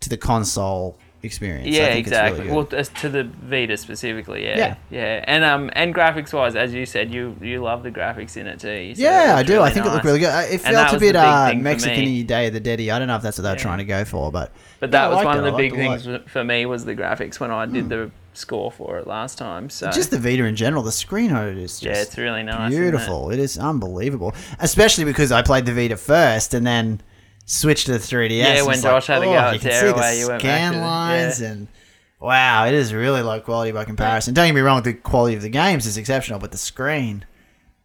Speaker 1: to the console experience. I
Speaker 2: Yeah,
Speaker 1: think it's really
Speaker 2: exactly.
Speaker 1: good.
Speaker 2: Well, as to the Vita specifically, yeah,
Speaker 1: Yeah.
Speaker 2: yeah, and um, and graphics wise, as you said, you you love the graphics in it too. You said it
Speaker 1: Yeah,
Speaker 2: was
Speaker 1: I do. I
Speaker 2: really
Speaker 1: think it looked
Speaker 2: nice.
Speaker 1: really good. Uh, It felt
Speaker 2: And that
Speaker 1: a
Speaker 2: was the
Speaker 1: bit
Speaker 2: big
Speaker 1: uh,
Speaker 2: thing for me.
Speaker 1: Mexican-y Day of the Dead. I don't know if that's what they were trying to go for, but
Speaker 2: But
Speaker 1: Yeah, I
Speaker 2: that was
Speaker 1: liked
Speaker 2: one
Speaker 1: it. I
Speaker 2: of the
Speaker 1: liked
Speaker 2: big
Speaker 1: it a lot.
Speaker 2: things for me was the graphics when I did the score for it last time. So
Speaker 1: Hmm. Just the Vita in general, the screen on it is just
Speaker 2: yeah, it's really nice. isn't it?
Speaker 1: beautiful. it is unbelievable, especially because I played the Vita first and then switched to the 3DS.
Speaker 2: Yeah,
Speaker 1: It's
Speaker 2: when
Speaker 1: like,
Speaker 2: Josh had to go
Speaker 1: oh,
Speaker 2: out
Speaker 1: you
Speaker 2: to
Speaker 1: can see
Speaker 2: Araway,
Speaker 1: the
Speaker 2: you went back
Speaker 1: scan
Speaker 2: to the-
Speaker 1: lines
Speaker 2: yeah.
Speaker 1: and wow, it is really low quality by comparison. Don't get me wrong, the quality of the games is exceptional, but the screen.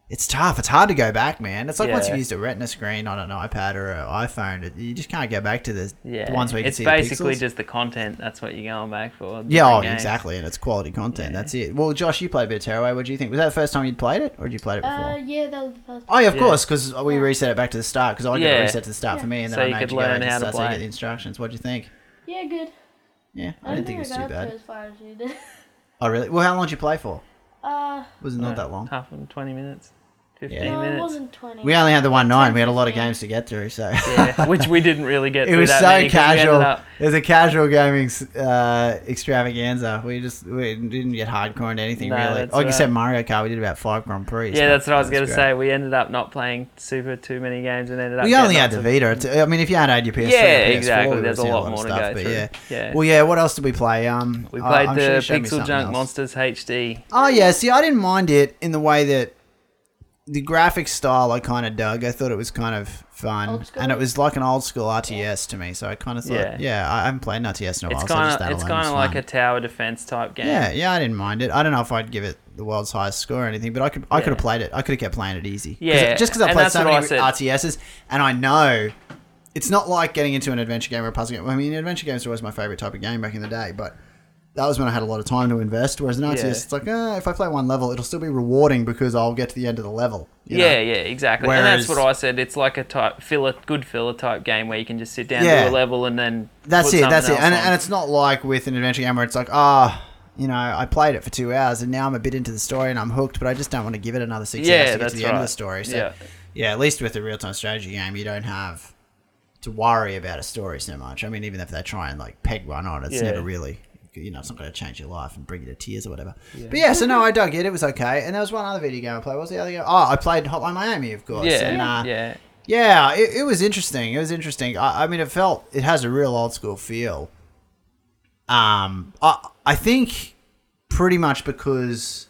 Speaker 1: It's tough. It's hard to go back, man. It's like once
Speaker 2: Yeah.
Speaker 1: you've used a Retina screen on an iPad or an iPhone, it- you just can't go back to the
Speaker 2: Yeah,
Speaker 1: the ones where you can
Speaker 2: it's
Speaker 1: see
Speaker 2: basically
Speaker 1: the pixels.
Speaker 2: just the content. That's what you're going back for. the
Speaker 1: Yeah, oh,
Speaker 2: games.
Speaker 1: exactly, and it's quality content.
Speaker 2: Yeah.
Speaker 1: That's it. Well, Josh, you played a bit of Tearaway. What do you think? Was that the first time you'd played it, or did you play it before?
Speaker 3: Uh, yeah, that was the first.
Speaker 1: oh, yeah, of
Speaker 2: Yeah.
Speaker 1: course, 'cause course, because we reset it back to the start. Because I got
Speaker 2: Yeah.
Speaker 1: it reset to the start for me, and then
Speaker 2: So
Speaker 1: I
Speaker 2: you
Speaker 1: made
Speaker 2: could
Speaker 1: you go back
Speaker 2: learn
Speaker 1: to the
Speaker 2: how to
Speaker 1: start so you
Speaker 2: play.
Speaker 1: get the instructions. What do you think?
Speaker 3: Yeah, good.
Speaker 1: Yeah, I,
Speaker 3: I
Speaker 1: didn't
Speaker 3: don't
Speaker 1: think it was
Speaker 3: I
Speaker 1: too
Speaker 3: got up
Speaker 1: bad.
Speaker 3: to as far as you did.
Speaker 1: Oh, really? Well, how long did you play for?
Speaker 3: Uh,
Speaker 1: Was it not that long?
Speaker 2: Half and twenty minutes.
Speaker 1: Oh,
Speaker 2: 15
Speaker 1: Yeah.
Speaker 3: No, it
Speaker 2: minutes.
Speaker 3: wasn't 20.
Speaker 1: We only had the one nine. We had a lot of
Speaker 3: Yeah.
Speaker 1: games to get through, so
Speaker 2: Yeah, which we didn't really
Speaker 1: it
Speaker 2: get. through
Speaker 1: was
Speaker 2: that
Speaker 1: so
Speaker 2: many 'cause we ended
Speaker 1: casual.
Speaker 2: up-
Speaker 1: It was a casual gaming uh, extravaganza. We just we didn't get hardcore into anything
Speaker 2: No,
Speaker 1: really. Like
Speaker 2: that's
Speaker 1: you
Speaker 2: right.
Speaker 1: said, Mario Kart. We did about five Grand Prix.
Speaker 2: Yeah, that's what I was going to say. We ended up not playing super too many games and ended up.
Speaker 1: We only
Speaker 2: getting
Speaker 1: had the
Speaker 2: lots
Speaker 1: Vita. It's- I mean, if you had had your PS3,
Speaker 2: Yeah,
Speaker 1: or PS4,
Speaker 2: exactly.
Speaker 1: we would've
Speaker 2: There's a
Speaker 1: seen
Speaker 2: lot more to
Speaker 1: stuff,
Speaker 2: go
Speaker 1: but
Speaker 2: through.
Speaker 1: Yeah.
Speaker 2: Yeah.
Speaker 1: Well, yeah. What else did we play? Um,
Speaker 2: of- We
Speaker 1: I-
Speaker 2: played
Speaker 1: I'm
Speaker 2: the
Speaker 1: sure you showed me
Speaker 2: Pixel
Speaker 1: something
Speaker 2: Junk
Speaker 1: else.
Speaker 2: Monsters HD.
Speaker 1: Oh yeah, see, I didn't mind it in the way that the graphic style I kind of dug. I thought it was kind of fun,
Speaker 3: Old school?
Speaker 1: and it was like an old school RTS to me. So I kind of thought, yeah,
Speaker 2: Yeah.
Speaker 1: I haven't played an RTS in a while.
Speaker 2: It's
Speaker 1: so
Speaker 2: kind
Speaker 1: just that
Speaker 2: of it's
Speaker 1: alone was
Speaker 2: kind of like
Speaker 1: fun.
Speaker 2: a tower defense type game.
Speaker 1: yeah, yeah. I didn't mind it. I don't know if I'd give it the world's highest score or anything, but I could I could have
Speaker 2: Yeah.
Speaker 1: played it. I could have kept playing it easy. 'Cause
Speaker 2: Yeah,
Speaker 1: it- just because I
Speaker 2: and
Speaker 1: played
Speaker 2: that's
Speaker 1: so
Speaker 2: what I
Speaker 1: many
Speaker 2: said.
Speaker 1: RTSs, and I know. It's not like getting into an adventure game or a puzzle game. I mean, adventure games were always my favorite type of game back in the day, but that was when I had a lot of time to invest. Whereas an RTS,
Speaker 2: Yeah.
Speaker 1: it's like, eh, if I play one level, it'll still be rewarding because I'll get to the end of the level. you know?
Speaker 2: yeah, yeah, exactly. and that's
Speaker 1: Whereas-
Speaker 2: what I said. It's like a type filler, good filler type game where you can just sit down
Speaker 1: Yeah.
Speaker 2: do a level and then
Speaker 1: That's
Speaker 2: put
Speaker 1: it.
Speaker 2: something
Speaker 1: That's it.
Speaker 2: else
Speaker 1: And,
Speaker 2: on.
Speaker 1: and it's not like with an adventure game where it's like, ah, you know, I played it for two hours and now I'm a bit into the story and I'm hooked, but I just don't want to give it another six hours
Speaker 2: yeah,
Speaker 1: to get
Speaker 2: that's
Speaker 1: to the
Speaker 2: right.
Speaker 1: end of the story. So, yeah.
Speaker 2: yeah,
Speaker 1: at least with a real time strategy game, you don't have to worry about a story so much. I mean, even if they try and like peg one on, it's
Speaker 2: Yeah.
Speaker 1: never really. You know, it's not going to change your life and bring you to tears or whatever. But yeah, so no, I dug it. It was okay. And there was one other video game I played. What was the other game? Oh, I played Hotline Miami, of course.
Speaker 2: yeah,
Speaker 1: And, uh,
Speaker 2: yeah.
Speaker 1: yeah, it, it was interesting. It was interesting. I, I mean, it felt it has a real old school feel. Um, I I think pretty much because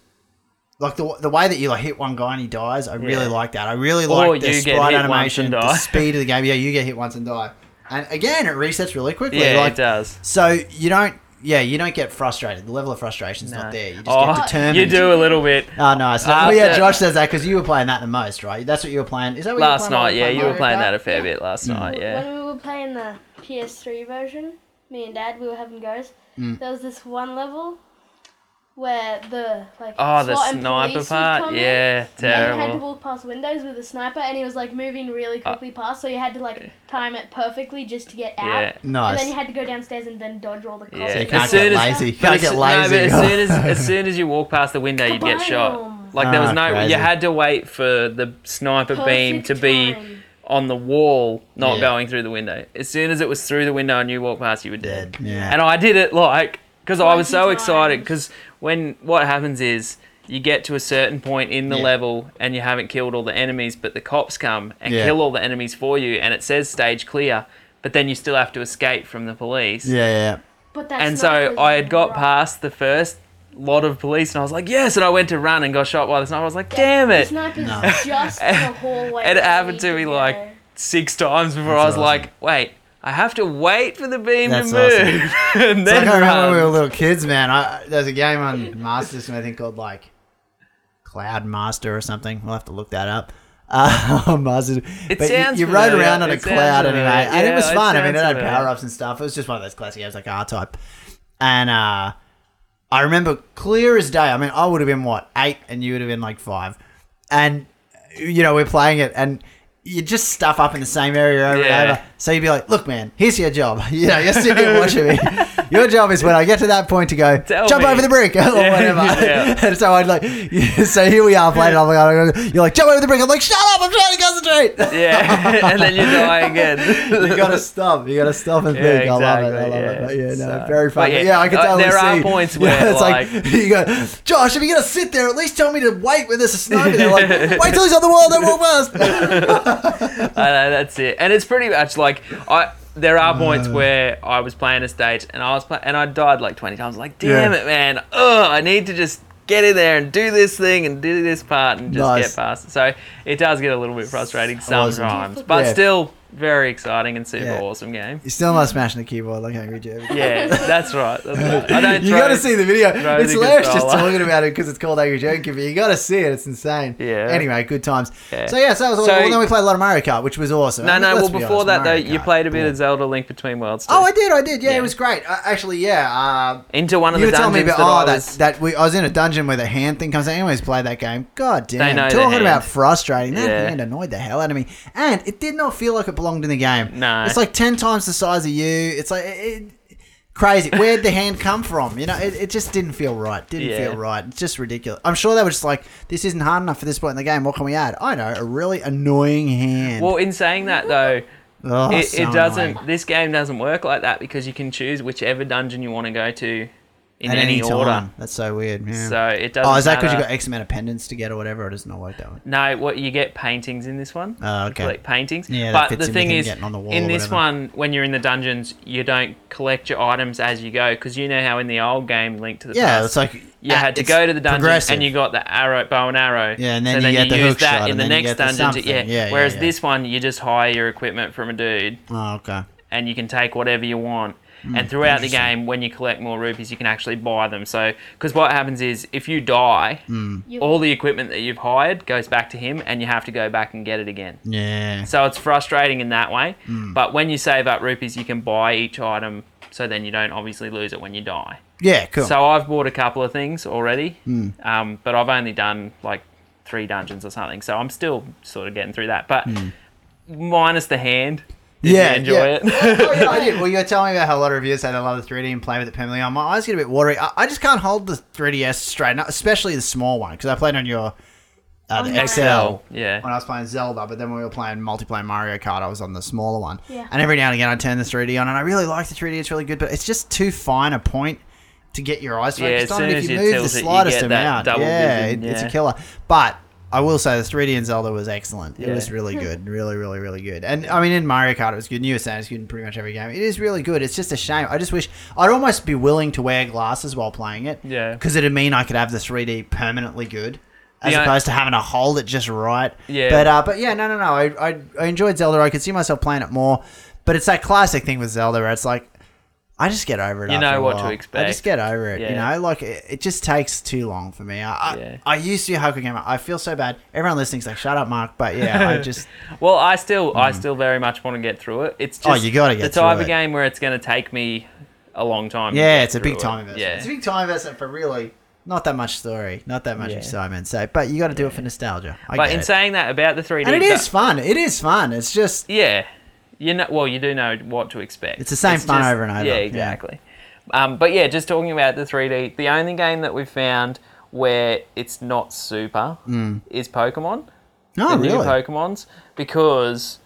Speaker 1: like the the way that you like hit one guy and he dies, I really
Speaker 2: Yeah.
Speaker 1: like that. I really
Speaker 2: Or
Speaker 1: like the
Speaker 2: you
Speaker 1: sprite
Speaker 2: get hit once
Speaker 1: animation,
Speaker 2: and
Speaker 1: the
Speaker 2: die.
Speaker 1: speed of the game. Yeah, you get hit once and die, and again it resets really quickly.
Speaker 2: Yeah,
Speaker 1: like,
Speaker 2: it does.
Speaker 1: So you don't. Yeah, you don't get frustrated. The level of frustration's not
Speaker 2: No.
Speaker 1: there. You just
Speaker 2: Oh,
Speaker 1: get determined.
Speaker 2: You do a little bit.
Speaker 1: Oh, nice.
Speaker 2: Uh,
Speaker 1: oh, yeah,
Speaker 2: the-
Speaker 1: Josh says that because you were playing that the most, right? That's what you were playing. Is that what
Speaker 2: Last
Speaker 1: you were
Speaker 2: night,
Speaker 1: playing?
Speaker 2: yeah,
Speaker 1: while
Speaker 2: you were
Speaker 1: Mario
Speaker 2: playing
Speaker 1: Kart?
Speaker 2: that a fair
Speaker 3: Yeah.
Speaker 2: bit
Speaker 1: Mm.
Speaker 2: last night, yeah.
Speaker 3: When we were playing the PS3 version, me and Dad, we were having goes.
Speaker 1: Mm.
Speaker 3: There was this one level where the like
Speaker 2: Oh, the
Speaker 3: SWAT and
Speaker 2: sniper
Speaker 3: police would
Speaker 2: part,
Speaker 3: come in,
Speaker 2: yeah,
Speaker 3: And you had to
Speaker 2: terrible. Uh.
Speaker 3: walk past windows with a sniper, and he was like moving really quickly past, so you had to like time it perfectly just to get out.
Speaker 2: Yeah.
Speaker 1: Nice.
Speaker 3: And then you had to go downstairs and then dodge all the cops.
Speaker 2: Yeah.
Speaker 1: So you
Speaker 2: As
Speaker 1: can't
Speaker 2: soon
Speaker 1: get
Speaker 2: as-
Speaker 1: lazy. You
Speaker 2: But
Speaker 1: can't
Speaker 2: as-
Speaker 1: get lazy.
Speaker 2: No, but as soon as as soon as you walk past the window, you get shot.
Speaker 3: Kaboom.
Speaker 2: Like there was
Speaker 1: Ah,
Speaker 2: no,
Speaker 1: crazy.
Speaker 2: you had to wait for the sniper beam to
Speaker 3: Perfect
Speaker 2: be
Speaker 3: time.
Speaker 2: on the wall, not
Speaker 1: Yeah.
Speaker 2: going through the window. As soon as it was through the window and you walked past, you were dead.
Speaker 1: Dead, yeah.
Speaker 2: And I did it like because I was so
Speaker 3: Twenty
Speaker 2: excited
Speaker 3: times.
Speaker 2: because when what happens is. You get to a certain point in the
Speaker 1: Yeah.
Speaker 2: level and you haven't killed all the enemies, but the cops come and
Speaker 1: Yeah.
Speaker 2: kill all the enemies for you, and it says stage clear, but then you still have to escape from the police.
Speaker 1: yeah, yeah.
Speaker 3: But that's
Speaker 2: And
Speaker 3: not
Speaker 2: so
Speaker 3: the
Speaker 2: I had got
Speaker 3: right.
Speaker 2: past the first lot of police, and I was like, yes. And I went to run and got shot by the sniper. I was like, damn
Speaker 3: The
Speaker 2: it.
Speaker 3: Sniper's
Speaker 1: No.
Speaker 3: just in the hallway.
Speaker 2: It
Speaker 3: that
Speaker 2: happened
Speaker 3: we
Speaker 2: to me
Speaker 3: go.
Speaker 2: like six times before
Speaker 1: That's
Speaker 2: I was
Speaker 1: awesome.
Speaker 2: like, wait, I have to wait for the beam
Speaker 1: That's
Speaker 2: to move. and
Speaker 1: It's
Speaker 2: then
Speaker 1: like I remember
Speaker 2: run.
Speaker 1: when we were little kids, man. I, there's a game on Master System, I think, called like Cloud Master or something. We'll have to look that up. Uh, Master.
Speaker 2: It
Speaker 1: but you-
Speaker 2: sounds
Speaker 1: you, rode
Speaker 2: familiar.
Speaker 1: around on a
Speaker 2: It sounds
Speaker 1: cloud anyway,
Speaker 2: familiar.
Speaker 1: and it
Speaker 2: Yeah,
Speaker 1: was
Speaker 2: it
Speaker 1: fun. I mean, it
Speaker 2: sounds
Speaker 1: had
Speaker 2: familiar.
Speaker 1: power ups and stuff. It was just one of those classic games like R Type, and uh, I remember clear as day. I mean, I would have been what eight, and you would have been like five, and you know we're playing it, and you just stuff up in the same area over
Speaker 2: Yeah.
Speaker 1: and over. So you'd be like, "Look, man, here's your job. You know, you're sitting here watching me. Your job is when I get to that point to go
Speaker 2: Tell
Speaker 1: jump
Speaker 2: me."
Speaker 1: over the brick or
Speaker 2: Yeah,
Speaker 1: whatever."
Speaker 2: yeah.
Speaker 1: and so I'd like, so here we are playing. it. I'm like, "Oh you're like, jump over the brick. I'm like, shut up! I'm trying to concentrate.
Speaker 2: Yeah, and then you die again.
Speaker 1: you gotta stop. You gotta stop and
Speaker 2: Yeah,
Speaker 1: think. I love it. I
Speaker 2: exactly,
Speaker 1: love it.
Speaker 2: yeah.
Speaker 1: But yeah, no,
Speaker 2: So-
Speaker 1: very fun. But
Speaker 2: but yeah,
Speaker 1: yeah, I can
Speaker 2: uh,
Speaker 1: totally
Speaker 2: there are
Speaker 1: see-
Speaker 2: points
Speaker 1: yeah,
Speaker 2: where,
Speaker 1: it's like,
Speaker 2: like-
Speaker 1: you go, Josh, if you're gonna sit there, at least tell me to wait when there's a sniper. They're like, wait till he's on the wall, then we'll bust.
Speaker 2: I know that's it, and it's pretty much like I. There are points where I was playing a stage and I was play- and I died like twenty times. Like, damn
Speaker 1: Yeah.
Speaker 2: it, man! Ugh, I need to just get in there and do this thing and do this part and just
Speaker 1: Nice.
Speaker 2: get past. it. So it does get a little bit frustrating
Speaker 1: Awesome.
Speaker 2: sometimes, but
Speaker 1: Yeah.
Speaker 2: still very exciting and super
Speaker 1: Yeah.
Speaker 2: awesome game.
Speaker 1: You're still not smashing the keyboard like Angry Joe.
Speaker 2: Yeah, that's right. That's right. I don't.
Speaker 1: you
Speaker 2: throw-
Speaker 1: gotta see the video.
Speaker 2: throw
Speaker 1: It's
Speaker 2: the
Speaker 1: hilarious just
Speaker 2: controller.
Speaker 1: talking about it because it's called Angry Joe But You gotta see it. It's insane.
Speaker 2: Yeah.
Speaker 1: Anyway, good times.
Speaker 2: Yeah.
Speaker 1: So yeah, so that was all.
Speaker 2: So-
Speaker 1: well, then we played a lot of Mario Kart, which was awesome. I
Speaker 2: No,
Speaker 1: mean,
Speaker 2: no.
Speaker 1: let's
Speaker 2: Well,
Speaker 1: be
Speaker 2: before
Speaker 1: honest,
Speaker 2: that though,
Speaker 1: Mario
Speaker 2: you
Speaker 1: Kart.
Speaker 2: played a bit
Speaker 1: Yeah.
Speaker 2: of Zelda Link Between Worlds. too.
Speaker 1: Oh, I did, I did. Yeah,
Speaker 2: Yeah.
Speaker 1: it was great. I, actually, yeah. Uh,
Speaker 2: into one of
Speaker 1: you
Speaker 2: the
Speaker 1: were telling
Speaker 2: dungeons
Speaker 1: me about
Speaker 2: that I
Speaker 1: oh that
Speaker 2: was-
Speaker 1: that we I was in a dungeon where the hand thing comes out. Anyways, play that game. God damn,
Speaker 2: know the
Speaker 1: talking
Speaker 2: hand.
Speaker 1: about frustrating. That
Speaker 2: Yeah.
Speaker 1: hand annoyed the hell out of me, and it did not feel like it belonged in the game.
Speaker 2: No.
Speaker 1: it's like ten times the size of you. It's like it, it- crazy. Where'd the hand come from? You know, it, it just didn't feel right. Didn't
Speaker 2: Yeah.
Speaker 1: feel right. It's just ridiculous. I'm sure they were just like, this isn't hard enough for this point in the game. What can we add? I know, a really annoying hand.
Speaker 2: Well, in saying that though,
Speaker 1: Oh,
Speaker 2: it,
Speaker 1: so
Speaker 2: it doesn't.
Speaker 1: annoying.
Speaker 2: This game doesn't work like that because you can choose whichever dungeon you want to go to in
Speaker 1: At
Speaker 2: any,
Speaker 1: time.
Speaker 2: order.
Speaker 1: That's so weird. Yeah.
Speaker 2: So it doesn't.
Speaker 1: oh, is that because you
Speaker 2: matter.
Speaker 1: got X amount of pendants to get or whatever? It does not work that way.
Speaker 2: No, what you get paintings in this one.
Speaker 1: Oh,
Speaker 2: You
Speaker 1: okay.
Speaker 2: Collect paintings.
Speaker 1: Yeah, that
Speaker 2: but
Speaker 1: fits in
Speaker 2: the
Speaker 1: with
Speaker 2: thing
Speaker 1: him
Speaker 2: is,
Speaker 1: getting on the wall
Speaker 2: in
Speaker 1: or
Speaker 2: this
Speaker 1: whatever.
Speaker 2: one, when you're in the dungeons, you don't collect your items as you go because you know how in the old game, Link to the
Speaker 1: Yeah,
Speaker 2: Past,
Speaker 1: it's like
Speaker 2: uh, you had to
Speaker 1: it's
Speaker 2: go to the dungeon
Speaker 1: progressive.
Speaker 2: and you got the arrow, bow and arrow.
Speaker 1: Yeah, and then
Speaker 2: so
Speaker 1: you
Speaker 2: then
Speaker 1: get
Speaker 2: you
Speaker 1: the
Speaker 2: use
Speaker 1: hook
Speaker 2: that
Speaker 1: shot,
Speaker 2: in
Speaker 1: and
Speaker 2: the
Speaker 1: then you get
Speaker 2: next
Speaker 1: the
Speaker 2: dungeon. to- yeah.
Speaker 1: something. Yeah, yeah,
Speaker 2: Whereas
Speaker 1: yeah.
Speaker 2: this one, you just hire your equipment from a dude
Speaker 1: Oh, okay.
Speaker 2: and you can take whatever you want.
Speaker 1: Hmm,
Speaker 2: and throughout the game, when you collect more rupees, you can actually buy them. So, because what happens is, if you die,
Speaker 1: Hmm.
Speaker 3: You-
Speaker 2: all the equipment that you've hired goes back to him, and you have to go back and get it again.
Speaker 1: Yeah.
Speaker 2: So it's frustrating in that way.
Speaker 1: Hmm.
Speaker 2: But when you save up rupees, you can buy each item, so then you don't obviously lose it when you die.
Speaker 1: Yeah, cool. Hmm.
Speaker 2: So I've bought a couple of things already, um, but I've only done like three dungeons or something. So I'm still sort of getting through that. But minus the hand, did
Speaker 1: Hmm. Yeah,
Speaker 2: you enjoy
Speaker 1: yeah.
Speaker 2: it.
Speaker 1: oh, yeah, I did. Well, you were telling me about how a lot of reviewers say they love the 3D and play with it permanently. Oh, My eyes get a bit watery. I, I just can't hold the 3DS straight, up, especially the small one, because I played on your uh, the
Speaker 3: On
Speaker 1: XL,
Speaker 2: XL, yeah.
Speaker 1: when I was playing Zelda, but then when we were playing multiplayer Mario Kart, I was on the smaller one.
Speaker 3: Yeah.
Speaker 1: And every now and again, I turn the 3D on, and I really like the 3D. It's really good, but it's just too fine a point to get your eyes
Speaker 2: Yeah,
Speaker 1: focused
Speaker 2: as
Speaker 1: on. And
Speaker 2: soon
Speaker 1: if
Speaker 2: as
Speaker 1: you
Speaker 2: you
Speaker 1: move the
Speaker 2: tilt it, you
Speaker 1: slightest
Speaker 2: get that
Speaker 1: amount,
Speaker 2: double
Speaker 1: yeah,
Speaker 2: vision,
Speaker 1: it- it's a
Speaker 2: yeah.
Speaker 1: killer. But I will say the 3D in Zelda was excellent. It
Speaker 2: Yeah.
Speaker 1: was really good, really, really, really good. And I mean, in Mario Kart, it was good. And you were saying it's good in pretty much every game. It is really good. It's just a shame. I just wish I'd almost be willing to wear glasses while playing it.
Speaker 2: Yeah.
Speaker 1: because it'd mean I could have the 3D permanently good. As
Speaker 2: Yeah.
Speaker 1: opposed to having to hold it just right.
Speaker 2: Yeah.
Speaker 1: But uh, but yeah, no, no, no. I, I I enjoyed Zelda. I could see myself playing it more. But it's that classic thing with Zelda where it's like, I just get over it.
Speaker 2: You
Speaker 1: after
Speaker 2: know
Speaker 1: a
Speaker 2: what to
Speaker 1: while. I
Speaker 2: expect.
Speaker 1: just get over it. You
Speaker 2: Yeah.
Speaker 1: know, like it, it just takes too long for me. I I,
Speaker 2: Yeah.
Speaker 1: I used to be a Hoku gamer. I feel so bad. Everyone listening's like, shut up, Mark. But yeah, I just
Speaker 2: Well, I still, I still very much want to get through it. It's just
Speaker 1: Hmm. Oh, you gotta get
Speaker 2: the type
Speaker 1: through
Speaker 2: of
Speaker 1: it.
Speaker 2: game where it's going to take me a long time. to
Speaker 1: yeah,
Speaker 2: get
Speaker 1: it's a
Speaker 2: through
Speaker 1: big
Speaker 2: it.
Speaker 1: time investment. It's a
Speaker 2: Yeah,
Speaker 1: big time investment for really not that much story, not that much
Speaker 2: Yeah.
Speaker 1: excitement. So, but you got to do it for nostalgia. I
Speaker 2: but
Speaker 1: get
Speaker 2: in
Speaker 1: it.
Speaker 2: saying that about the three D,
Speaker 1: and it is fun. It is fun. It's just
Speaker 2: Yeah, you know. Well, you do know what to expect.
Speaker 1: It's the same fun over and over,
Speaker 2: Yeah,
Speaker 1: yeah.
Speaker 2: exactly. Um, but yeah, just talking about the 3D. The only game that we found where it's not super is Pokemon.
Speaker 1: no
Speaker 2: the new
Speaker 1: Hmm. oh, really.
Speaker 2: Pokemon's because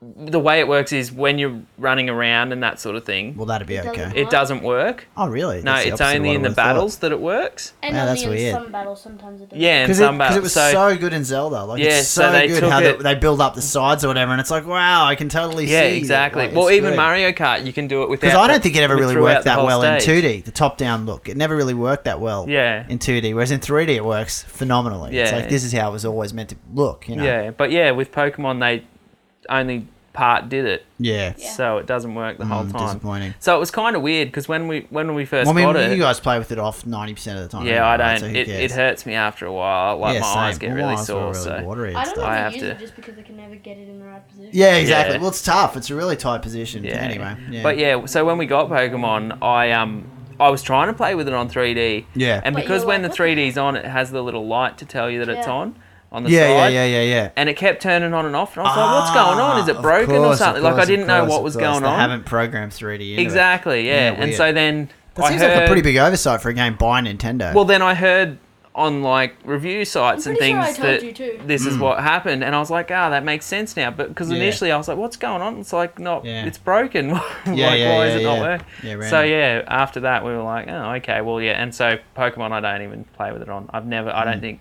Speaker 2: the way it works is when you're running around and that sort of thing,
Speaker 1: well, that'd be
Speaker 3: It doesn't
Speaker 1: okay.
Speaker 2: it doesn't work.
Speaker 1: Oh, really?
Speaker 2: No,
Speaker 1: That's the
Speaker 2: it's
Speaker 1: opposite of
Speaker 2: only
Speaker 1: what I
Speaker 2: in the
Speaker 1: would've thought.
Speaker 2: battles that it works.
Speaker 3: And
Speaker 1: Yeah,
Speaker 3: only
Speaker 1: that's
Speaker 3: in
Speaker 1: weird.
Speaker 3: some battles, sometimes it does.
Speaker 2: Yeah, in
Speaker 1: Because
Speaker 2: some
Speaker 1: it, 'cause
Speaker 2: battles.
Speaker 1: it was
Speaker 2: so,
Speaker 1: so, good in Zelda. Like,
Speaker 2: Yeah,
Speaker 1: it's so,
Speaker 2: so they
Speaker 1: good
Speaker 2: took
Speaker 1: how
Speaker 2: it-
Speaker 1: the, they build up the sides or whatever, and it's like, wow, I can totally
Speaker 2: yeah,
Speaker 1: see. that,
Speaker 2: exactly.
Speaker 1: like,
Speaker 2: well,
Speaker 1: it's
Speaker 2: even
Speaker 1: good.
Speaker 2: Mario Kart, you can do it without.
Speaker 1: Because I
Speaker 2: the-
Speaker 1: don't think it ever really
Speaker 2: throughout
Speaker 1: worked
Speaker 2: the
Speaker 1: that
Speaker 2: whole
Speaker 1: well
Speaker 2: stage.
Speaker 1: in 2D, the top down look. It never really worked that well
Speaker 2: Yeah.
Speaker 1: in 2D, whereas in 3D it works phenomenally. It's
Speaker 2: Yeah.
Speaker 1: like this is how it was always meant to look, you know?
Speaker 2: Yeah, but yeah, with Pokemon, they only part did it,
Speaker 1: Yeah.
Speaker 3: Yeah.
Speaker 2: so it doesn't work the whole
Speaker 1: Mm,
Speaker 2: time.
Speaker 1: disappointing.
Speaker 2: So it was kind of weird because when we when we first
Speaker 1: Well, I
Speaker 2: got
Speaker 1: mean,
Speaker 2: it,
Speaker 1: you guys play with it off 90% of the time.
Speaker 2: yeah, I
Speaker 1: anyway, right?
Speaker 2: don't.
Speaker 1: So who
Speaker 2: it, it
Speaker 1: cares?
Speaker 2: hurts me after a while. Like
Speaker 1: Yeah,
Speaker 2: my
Speaker 1: same.
Speaker 2: eyes get
Speaker 1: Well, my
Speaker 2: really
Speaker 1: eyes were
Speaker 2: sore.
Speaker 1: really
Speaker 2: so
Speaker 1: watery and
Speaker 3: I don't
Speaker 1: stuff.
Speaker 2: I have
Speaker 3: want to use it
Speaker 2: to-
Speaker 3: just because I can never get it in the right position.
Speaker 1: Yeah, exactly.
Speaker 2: Yeah.
Speaker 1: Well, it's tough. It's a really tight position.
Speaker 2: yeah.
Speaker 1: Anyway. Yeah.
Speaker 2: But yeah, so when we got Pokemon, I um I was trying to play with it on 3D.
Speaker 1: Yeah.
Speaker 2: And
Speaker 3: But
Speaker 2: because
Speaker 3: you're
Speaker 2: when
Speaker 3: like,
Speaker 2: the
Speaker 3: "What the
Speaker 2: 3D's on, it has the little light to tell you that it's
Speaker 3: Yeah.
Speaker 2: on on the
Speaker 1: Yeah,
Speaker 2: side.
Speaker 1: yeah, yeah, yeah, yeah.
Speaker 2: And it kept turning on and off, and I was like, "What's going on? Is
Speaker 1: Ah,
Speaker 2: it
Speaker 1: of
Speaker 2: broken or
Speaker 1: course, of
Speaker 2: something?" like
Speaker 1: course,
Speaker 2: I
Speaker 1: of
Speaker 2: didn't know
Speaker 1: course,
Speaker 2: what
Speaker 1: of
Speaker 2: was
Speaker 1: course.
Speaker 2: going
Speaker 1: They
Speaker 2: on.
Speaker 1: haven't programmed 3D. into it.
Speaker 2: Exactly. Yeah.
Speaker 1: Yeah,
Speaker 2: and
Speaker 1: weird.
Speaker 2: so then
Speaker 1: That
Speaker 2: I
Speaker 1: seems
Speaker 2: heard,
Speaker 1: like a pretty big oversight for a game by Nintendo.
Speaker 2: Well, then I heard on like review sites
Speaker 3: I'm
Speaker 2: and
Speaker 3: pretty
Speaker 2: things
Speaker 3: sure I told
Speaker 2: that
Speaker 3: you too.
Speaker 2: this is what happened, and I was like, ah, that makes sense now. But because
Speaker 1: Hmm. Yeah.
Speaker 2: initially I was like, what's going on? It's like not,
Speaker 1: Yeah.
Speaker 2: it's broken. like
Speaker 1: Yeah, yeah,
Speaker 2: why is
Speaker 1: yeah,
Speaker 2: it not
Speaker 1: yeah.
Speaker 2: working?
Speaker 1: Yeah,
Speaker 2: so
Speaker 1: random.
Speaker 2: yeah, after that we were like, oh, okay, well yeah. And so Pokemon, I don't even play with it on. I've never, I
Speaker 1: Hmm.
Speaker 2: don't think.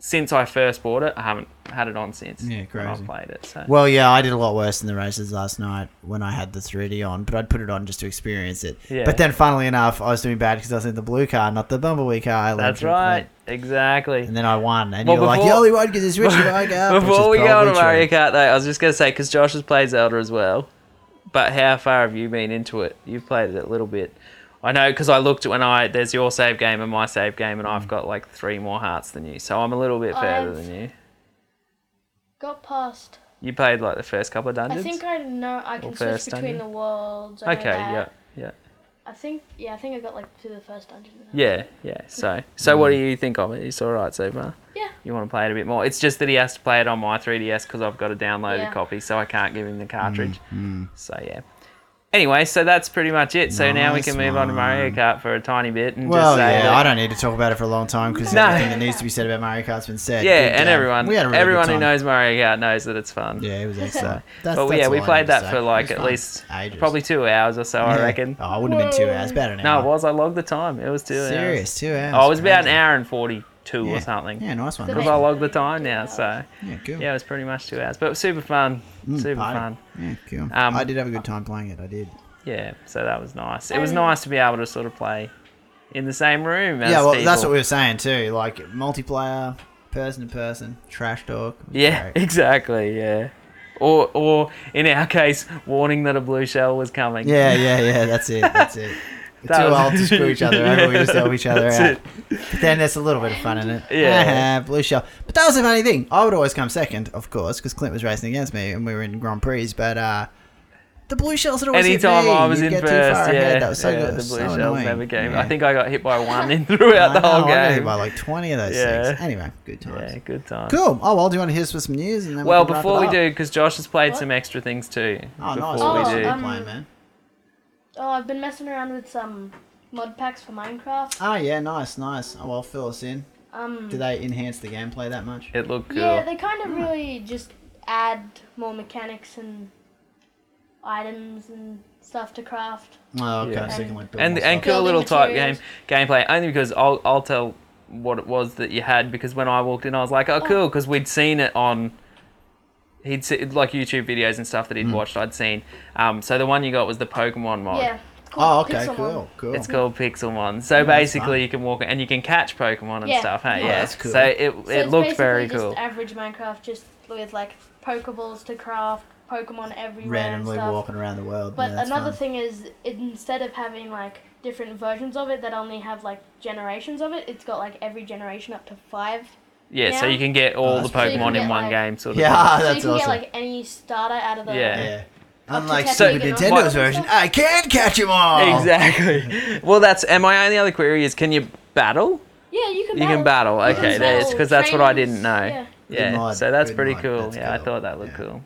Speaker 2: Since I first bought it, I haven't had it on since.
Speaker 1: Yeah,
Speaker 2: when I've
Speaker 1: crazy.
Speaker 2: played it. So.
Speaker 1: Well, yeah, I did a lot worse in the races last night when I had the 3D on, but I'd put it on just to experience it.
Speaker 2: Yeah.
Speaker 1: But then, funnily enough, I was doing bad because I was in the blue car, not the Bumblebee car. I
Speaker 2: That's
Speaker 1: learned from
Speaker 2: right.
Speaker 1: that.
Speaker 2: Exactly.
Speaker 1: And then I won, and
Speaker 2: Well,
Speaker 1: you were like,
Speaker 2: before-
Speaker 1: "You only won because it's Richard Rygar."
Speaker 2: Before we go on to Mario Kart, though, I was just going to say because Josh has played Zelda as well, but how far have you been into it? You've played it a little bit. I know because I looked at when I there's your save game and my save game, and
Speaker 1: Hmm.
Speaker 2: I've got like three more hearts than you, so I'm a little bit further
Speaker 3: I've-
Speaker 2: than you.
Speaker 3: Got past.
Speaker 2: You played like the first couple of
Speaker 3: I
Speaker 2: dungeons.
Speaker 3: think I know I can switch
Speaker 2: first
Speaker 3: between
Speaker 2: dungeon?
Speaker 3: the worlds. I know
Speaker 2: okay,
Speaker 3: that.
Speaker 2: yeah, yeah,
Speaker 3: I think yeah, I think I got like to the first dungeon.
Speaker 2: yeah, yeah. So, so what do you think of it? It's all right so far.
Speaker 3: Yeah.
Speaker 2: You want to play it a bit more? It's just that he has to play it on my 3DS because I've got a downloaded
Speaker 3: Yeah.
Speaker 1: Mm,
Speaker 2: copy, so I can't give him the cartridge. So yeah. Anyway, so that's pretty much it. So now we
Speaker 1: Nice
Speaker 2: can move on to Mario
Speaker 1: one.
Speaker 2: Kart for a tiny bit and
Speaker 1: Well,
Speaker 2: just say
Speaker 1: yeah,
Speaker 2: that-
Speaker 1: I don't need to talk about it for a long time because
Speaker 2: No.
Speaker 1: everything that needs to be said about Mario Kart's been said.
Speaker 2: Yeah,
Speaker 1: Good
Speaker 2: and
Speaker 1: game.
Speaker 2: everyone,
Speaker 1: We had a really good
Speaker 2: everyone who
Speaker 1: time.
Speaker 2: knows Mario Kart knows that it's fun.
Speaker 1: Yeah, it was excellent. That's,
Speaker 2: But
Speaker 1: that's
Speaker 2: yeah,
Speaker 1: all
Speaker 2: we
Speaker 1: I need
Speaker 2: played
Speaker 1: to
Speaker 2: that
Speaker 1: say.
Speaker 2: for
Speaker 1: It
Speaker 2: like
Speaker 1: was
Speaker 2: at
Speaker 1: fun.
Speaker 2: least
Speaker 1: Ages.
Speaker 2: probably two hours or so, I
Speaker 1: Yeah.
Speaker 2: reckon.
Speaker 1: Oh, it wouldn't have been two hours. About an
Speaker 2: No,
Speaker 1: hour.
Speaker 2: it was. I logged the time. It was two hours.
Speaker 1: Serious, two hours.
Speaker 2: Oh, it was about an
Speaker 1: crazy.
Speaker 2: hour and 42
Speaker 1: Yeah.
Speaker 2: or something.
Speaker 1: Yeah, nice one.
Speaker 3: The
Speaker 2: Because
Speaker 1: Nice
Speaker 2: I
Speaker 1: one.
Speaker 3: next-
Speaker 2: logged the time now, so
Speaker 1: Yeah, cool.
Speaker 2: yeah, it was pretty much two hours, but it was super fun,
Speaker 1: Mm,
Speaker 2: super
Speaker 1: party.
Speaker 2: fun.
Speaker 1: Yeah, cool.
Speaker 2: Um,
Speaker 1: I did have a good time playing it. I did.
Speaker 2: Yeah, so that was nice. It was
Speaker 3: Um,
Speaker 2: nice to be able to sort of play in the same room. As
Speaker 1: Yeah, well,
Speaker 2: people.
Speaker 1: that's what we were saying too. Like multiplayer, person to person, trash talk. It was
Speaker 2: Yeah,
Speaker 1: great.
Speaker 2: exactly. Yeah, or or in our case, warning that a blue shell was coming.
Speaker 1: Yeah, yeah, yeah. That's it. That's it. We're
Speaker 2: That
Speaker 1: too
Speaker 2: was-
Speaker 1: old to screw each other over. We just help each other
Speaker 2: That's
Speaker 1: out.
Speaker 2: it.
Speaker 1: But then there's a little bit of fun in it.
Speaker 2: Yeah.
Speaker 1: blue shell. But that was the funny thing. I would always come second, of course, because Clint was racing against me and we were in Grand Prix. But uh, the blue shells had always
Speaker 2: Anytime
Speaker 1: hit me.
Speaker 2: I was
Speaker 1: You'd
Speaker 2: in
Speaker 1: get
Speaker 2: first,
Speaker 1: too far
Speaker 2: yeah,
Speaker 1: ahead. that was so
Speaker 2: yeah,
Speaker 1: good. It
Speaker 2: the blue
Speaker 1: was so
Speaker 2: shells
Speaker 1: annoying.
Speaker 2: never came.
Speaker 1: Yeah.
Speaker 2: I think I got hit by one in throughout
Speaker 1: I
Speaker 2: the whole
Speaker 1: know, I got hit
Speaker 2: game.
Speaker 1: by like 20 of those
Speaker 2: Yeah.
Speaker 1: things. Anyway, good times.
Speaker 2: yeah, good time.
Speaker 1: Cool. Oh well, do you want to hear us with some news? And then
Speaker 2: Well,
Speaker 1: we can wrap
Speaker 2: before
Speaker 1: it
Speaker 2: we
Speaker 1: up?
Speaker 2: do, because Josh has played
Speaker 3: What?
Speaker 2: some extra things too.
Speaker 1: Oh, nice.
Speaker 2: before
Speaker 1: What
Speaker 2: we
Speaker 1: else
Speaker 2: do,
Speaker 1: have
Speaker 3: um,
Speaker 1: you playing, man.
Speaker 3: Oh, I've been messing around with some mod packs for Minecraft.
Speaker 1: Oh yeah, nice, nice. Oh well, fill us in.
Speaker 3: Um,
Speaker 1: Do they enhance the gameplay that much?
Speaker 2: it looked cool.
Speaker 3: yeah, they kind of really just add more mechanics and items and stuff to craft.
Speaker 1: Oh, okay.
Speaker 2: Yeah.
Speaker 1: So you can like build
Speaker 2: and
Speaker 1: more stuff.
Speaker 2: and cool
Speaker 3: Building
Speaker 2: little type game
Speaker 3: materials.
Speaker 2: gameplay only because I'll I'll tell what it was that you had because when I walked in I was like oh cool because we'd seen it on he'd se- like YouTube videos and stuff that
Speaker 1: Hmm.
Speaker 2: he'd watched I'd seen um so the one you got was the Pokemon mod
Speaker 3: Yeah.
Speaker 1: Oh,
Speaker 3: called
Speaker 1: okay,
Speaker 3: Pixelmon.
Speaker 1: cool, cool.
Speaker 2: it's called Pixelmon so
Speaker 1: that's
Speaker 2: basically
Speaker 1: fun.
Speaker 2: you can walk and you can catch Pokemon and
Speaker 3: Yeah.
Speaker 2: stuff hey
Speaker 1: Oh,
Speaker 2: yeah
Speaker 1: that's cool.
Speaker 2: so it
Speaker 3: So
Speaker 2: it
Speaker 3: it's
Speaker 2: looked very
Speaker 3: basically
Speaker 2: cool
Speaker 3: Just average Minecraft, just with like Pokeballs to craft, Pokemon everywhere.
Speaker 1: randomly
Speaker 3: and stuff.
Speaker 1: walking around the world.
Speaker 3: But
Speaker 1: yeah, that's
Speaker 3: another
Speaker 1: fun.
Speaker 3: thing is, it, instead of having like different versions of it that only have like generations of it, it's got like every generation up to five.
Speaker 2: yeah so
Speaker 3: now-
Speaker 2: you can get all the
Speaker 1: Oh, that's
Speaker 3: pretty cool.
Speaker 2: Pokemon in
Speaker 3: Yeah,
Speaker 2: one
Speaker 3: like-
Speaker 2: game sort of thing.
Speaker 1: Yeah,
Speaker 3: so you
Speaker 1: Ah, that's
Speaker 3: can get
Speaker 1: awesome.
Speaker 3: like any starter out of the.
Speaker 2: Yeah.
Speaker 1: yeah.
Speaker 3: Up to
Speaker 1: Unlike
Speaker 3: catch
Speaker 2: So-
Speaker 1: Super
Speaker 2: them
Speaker 3: and all
Speaker 1: Nintendo's
Speaker 3: that
Speaker 1: version,
Speaker 3: stuff.
Speaker 1: I can catch 'em all.
Speaker 2: exactly well that's and my only other query is can you battle
Speaker 3: Yeah, you can.
Speaker 2: You can battle. Okay, that's because that's what I didn't know. Yeah,
Speaker 3: Yeah.
Speaker 1: mod,
Speaker 2: so that's
Speaker 1: good
Speaker 2: pretty
Speaker 1: mod,
Speaker 2: cool.
Speaker 1: that's
Speaker 2: yeah, I
Speaker 1: cool.
Speaker 2: thought that looked
Speaker 1: Yeah.
Speaker 2: cool.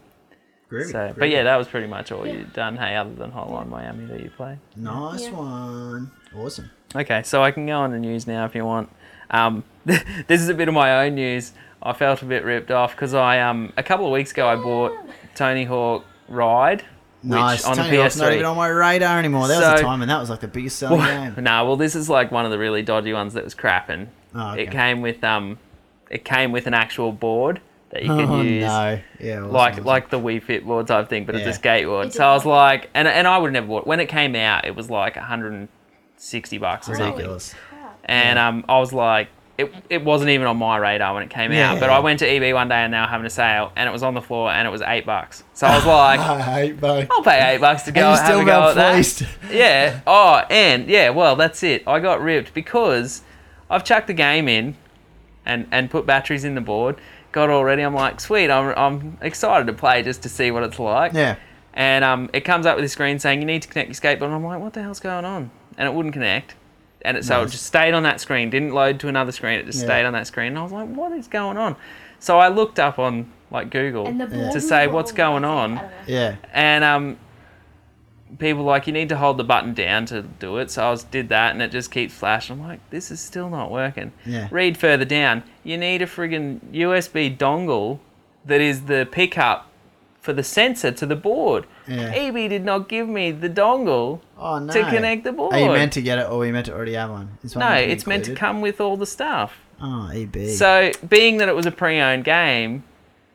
Speaker 1: Groovy,
Speaker 2: So, but
Speaker 1: groovy.
Speaker 2: yeah, that was pretty much all
Speaker 3: Yeah.
Speaker 2: you'd done. Hey, other than Hotline Miami that you played.
Speaker 1: nice
Speaker 3: Yeah.
Speaker 1: one. Awesome.
Speaker 2: Okay, so I can go on the news now if you want. Um, this is a bit of my own news. I felt a bit ripped off because I um a couple of weeks ago I bought Tony Hawk Ride, which
Speaker 1: Nice.
Speaker 2: on
Speaker 1: Tony
Speaker 2: the
Speaker 1: Hawk's
Speaker 2: PS3.
Speaker 1: not even on my radar anymore. There was a
Speaker 2: So-
Speaker 1: time, and that was like the biggest selling
Speaker 2: Well,
Speaker 1: game.
Speaker 2: nah, well, this is like one of the really dodgy ones that was crapping.
Speaker 1: Oh, okay.
Speaker 2: It came with um, it came with an actual board that you could
Speaker 1: oh
Speaker 2: use.
Speaker 1: no! Yeah, awesome,
Speaker 2: like
Speaker 1: awesome.
Speaker 2: like the Wii Fit board type thing, but
Speaker 1: Yeah.
Speaker 2: it's a skateboard.
Speaker 3: It's
Speaker 2: So I was
Speaker 3: a-
Speaker 2: like, and and I would never bought. When it came out, it was like 160 bucks or
Speaker 3: Really?
Speaker 2: something,
Speaker 1: ridiculous.
Speaker 3: Crap.
Speaker 2: and um, I was like. It, it wasn't even on my radar when it came
Speaker 1: Yeah.
Speaker 2: out, but I went to EB one day and they were having a sale, and it was on the floor and it was eight bucks. So I was like, Oh.
Speaker 1: I hate bugs.
Speaker 2: I'll pay eight bucks to go
Speaker 1: And you
Speaker 2: have
Speaker 1: still
Speaker 2: a go
Speaker 1: got
Speaker 2: at that.
Speaker 1: fleeced.
Speaker 2: Yeah. Oh, and yeah. Well, that's it. I got ripped because I've chucked the game in, and and put batteries in the board. Got already. I'm like, sweet. I'm I'm excited to play just to see what it's like.
Speaker 1: Yeah.
Speaker 2: And um, it comes up with a screen saying you need to connect your skateboard. And I'm like, what the hell's going on? And it wouldn't connect. And it, so it
Speaker 1: Nice.
Speaker 2: just stayed on that screen. Didn't load to another screen. It just
Speaker 1: Yeah.
Speaker 2: stayed on that screen. And I was like, what is going on? So I looked up on like Google
Speaker 3: And the board
Speaker 2: to
Speaker 3: was
Speaker 2: say what's
Speaker 3: wrong,
Speaker 2: going
Speaker 3: I
Speaker 2: on
Speaker 3: think. I don't know.
Speaker 1: Yeah.
Speaker 2: and um, people were like you need to hold the button down to do it. So I was did that, and it just keeps flashing. I'm like, this is still not working.
Speaker 1: Yeah.
Speaker 2: Read further down. You need a friggin' USB dongle that is the pickup for the sensor to the board.
Speaker 1: Yeah.
Speaker 2: EB did not give me the dongle.
Speaker 1: Oh no!
Speaker 2: To connect the
Speaker 1: Are you
Speaker 2: board.
Speaker 1: meant to get it, or are you meant to already have one? Is one
Speaker 2: No,
Speaker 1: be
Speaker 2: it's meant to
Speaker 1: included?
Speaker 2: come with all the stuff.
Speaker 1: Oh, EB.
Speaker 2: So, being that it was a pre-owned game,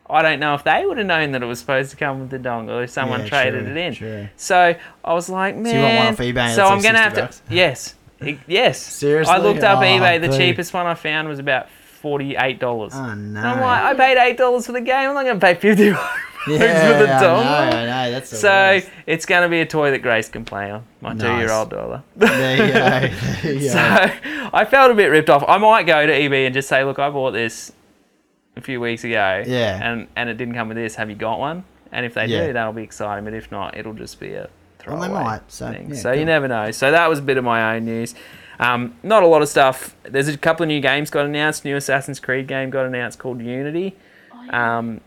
Speaker 2: I don't know if they would have known that it was supposed to come with the dongle if someone
Speaker 1: Yeah,
Speaker 2: traded
Speaker 1: true,
Speaker 2: it in.
Speaker 1: true.
Speaker 2: So I was like, man.
Speaker 1: you want one off eBay and
Speaker 2: so
Speaker 1: it's
Speaker 2: I'm
Speaker 1: like 60
Speaker 2: gonna have
Speaker 1: bucks?
Speaker 2: to. Yes, E- yes.
Speaker 1: Seriously?
Speaker 2: I looked up
Speaker 1: Oh,
Speaker 2: eBay. The
Speaker 1: dude.
Speaker 2: cheapest one I found was about forty-eight dollars.
Speaker 1: Oh, no.
Speaker 2: I'm like, I paid eight dollars for the game. I'm not gonna pay fifty dollars
Speaker 1: yeah,
Speaker 2: for the
Speaker 1: I
Speaker 2: dongle.
Speaker 1: know, I know, That's the
Speaker 2: So
Speaker 1: worst.
Speaker 2: it's gonna be a toy that Grace can play on. My
Speaker 1: Nice.
Speaker 2: two-year-old daughter.
Speaker 1: There you go. There you
Speaker 2: So
Speaker 1: go.
Speaker 2: I felt a bit ripped off. I might go to EB and just say, look, I bought this a few weeks ago.
Speaker 1: Yeah.
Speaker 2: And and it didn't come with this. Have you got one? And if they
Speaker 1: Yeah.
Speaker 2: do, that'll be exciting. But if not, it'll just be a
Speaker 1: Well,
Speaker 2: throwaway
Speaker 1: they might, so,
Speaker 2: thing.
Speaker 1: yeah,
Speaker 2: so you
Speaker 1: cool.
Speaker 2: never know. So that was a bit of my own news. Um, not a lot of stuff. There's a couple of new games got announced. New Assassin's Creed game got announced called Unity.
Speaker 3: Oh, yeah.
Speaker 2: Um,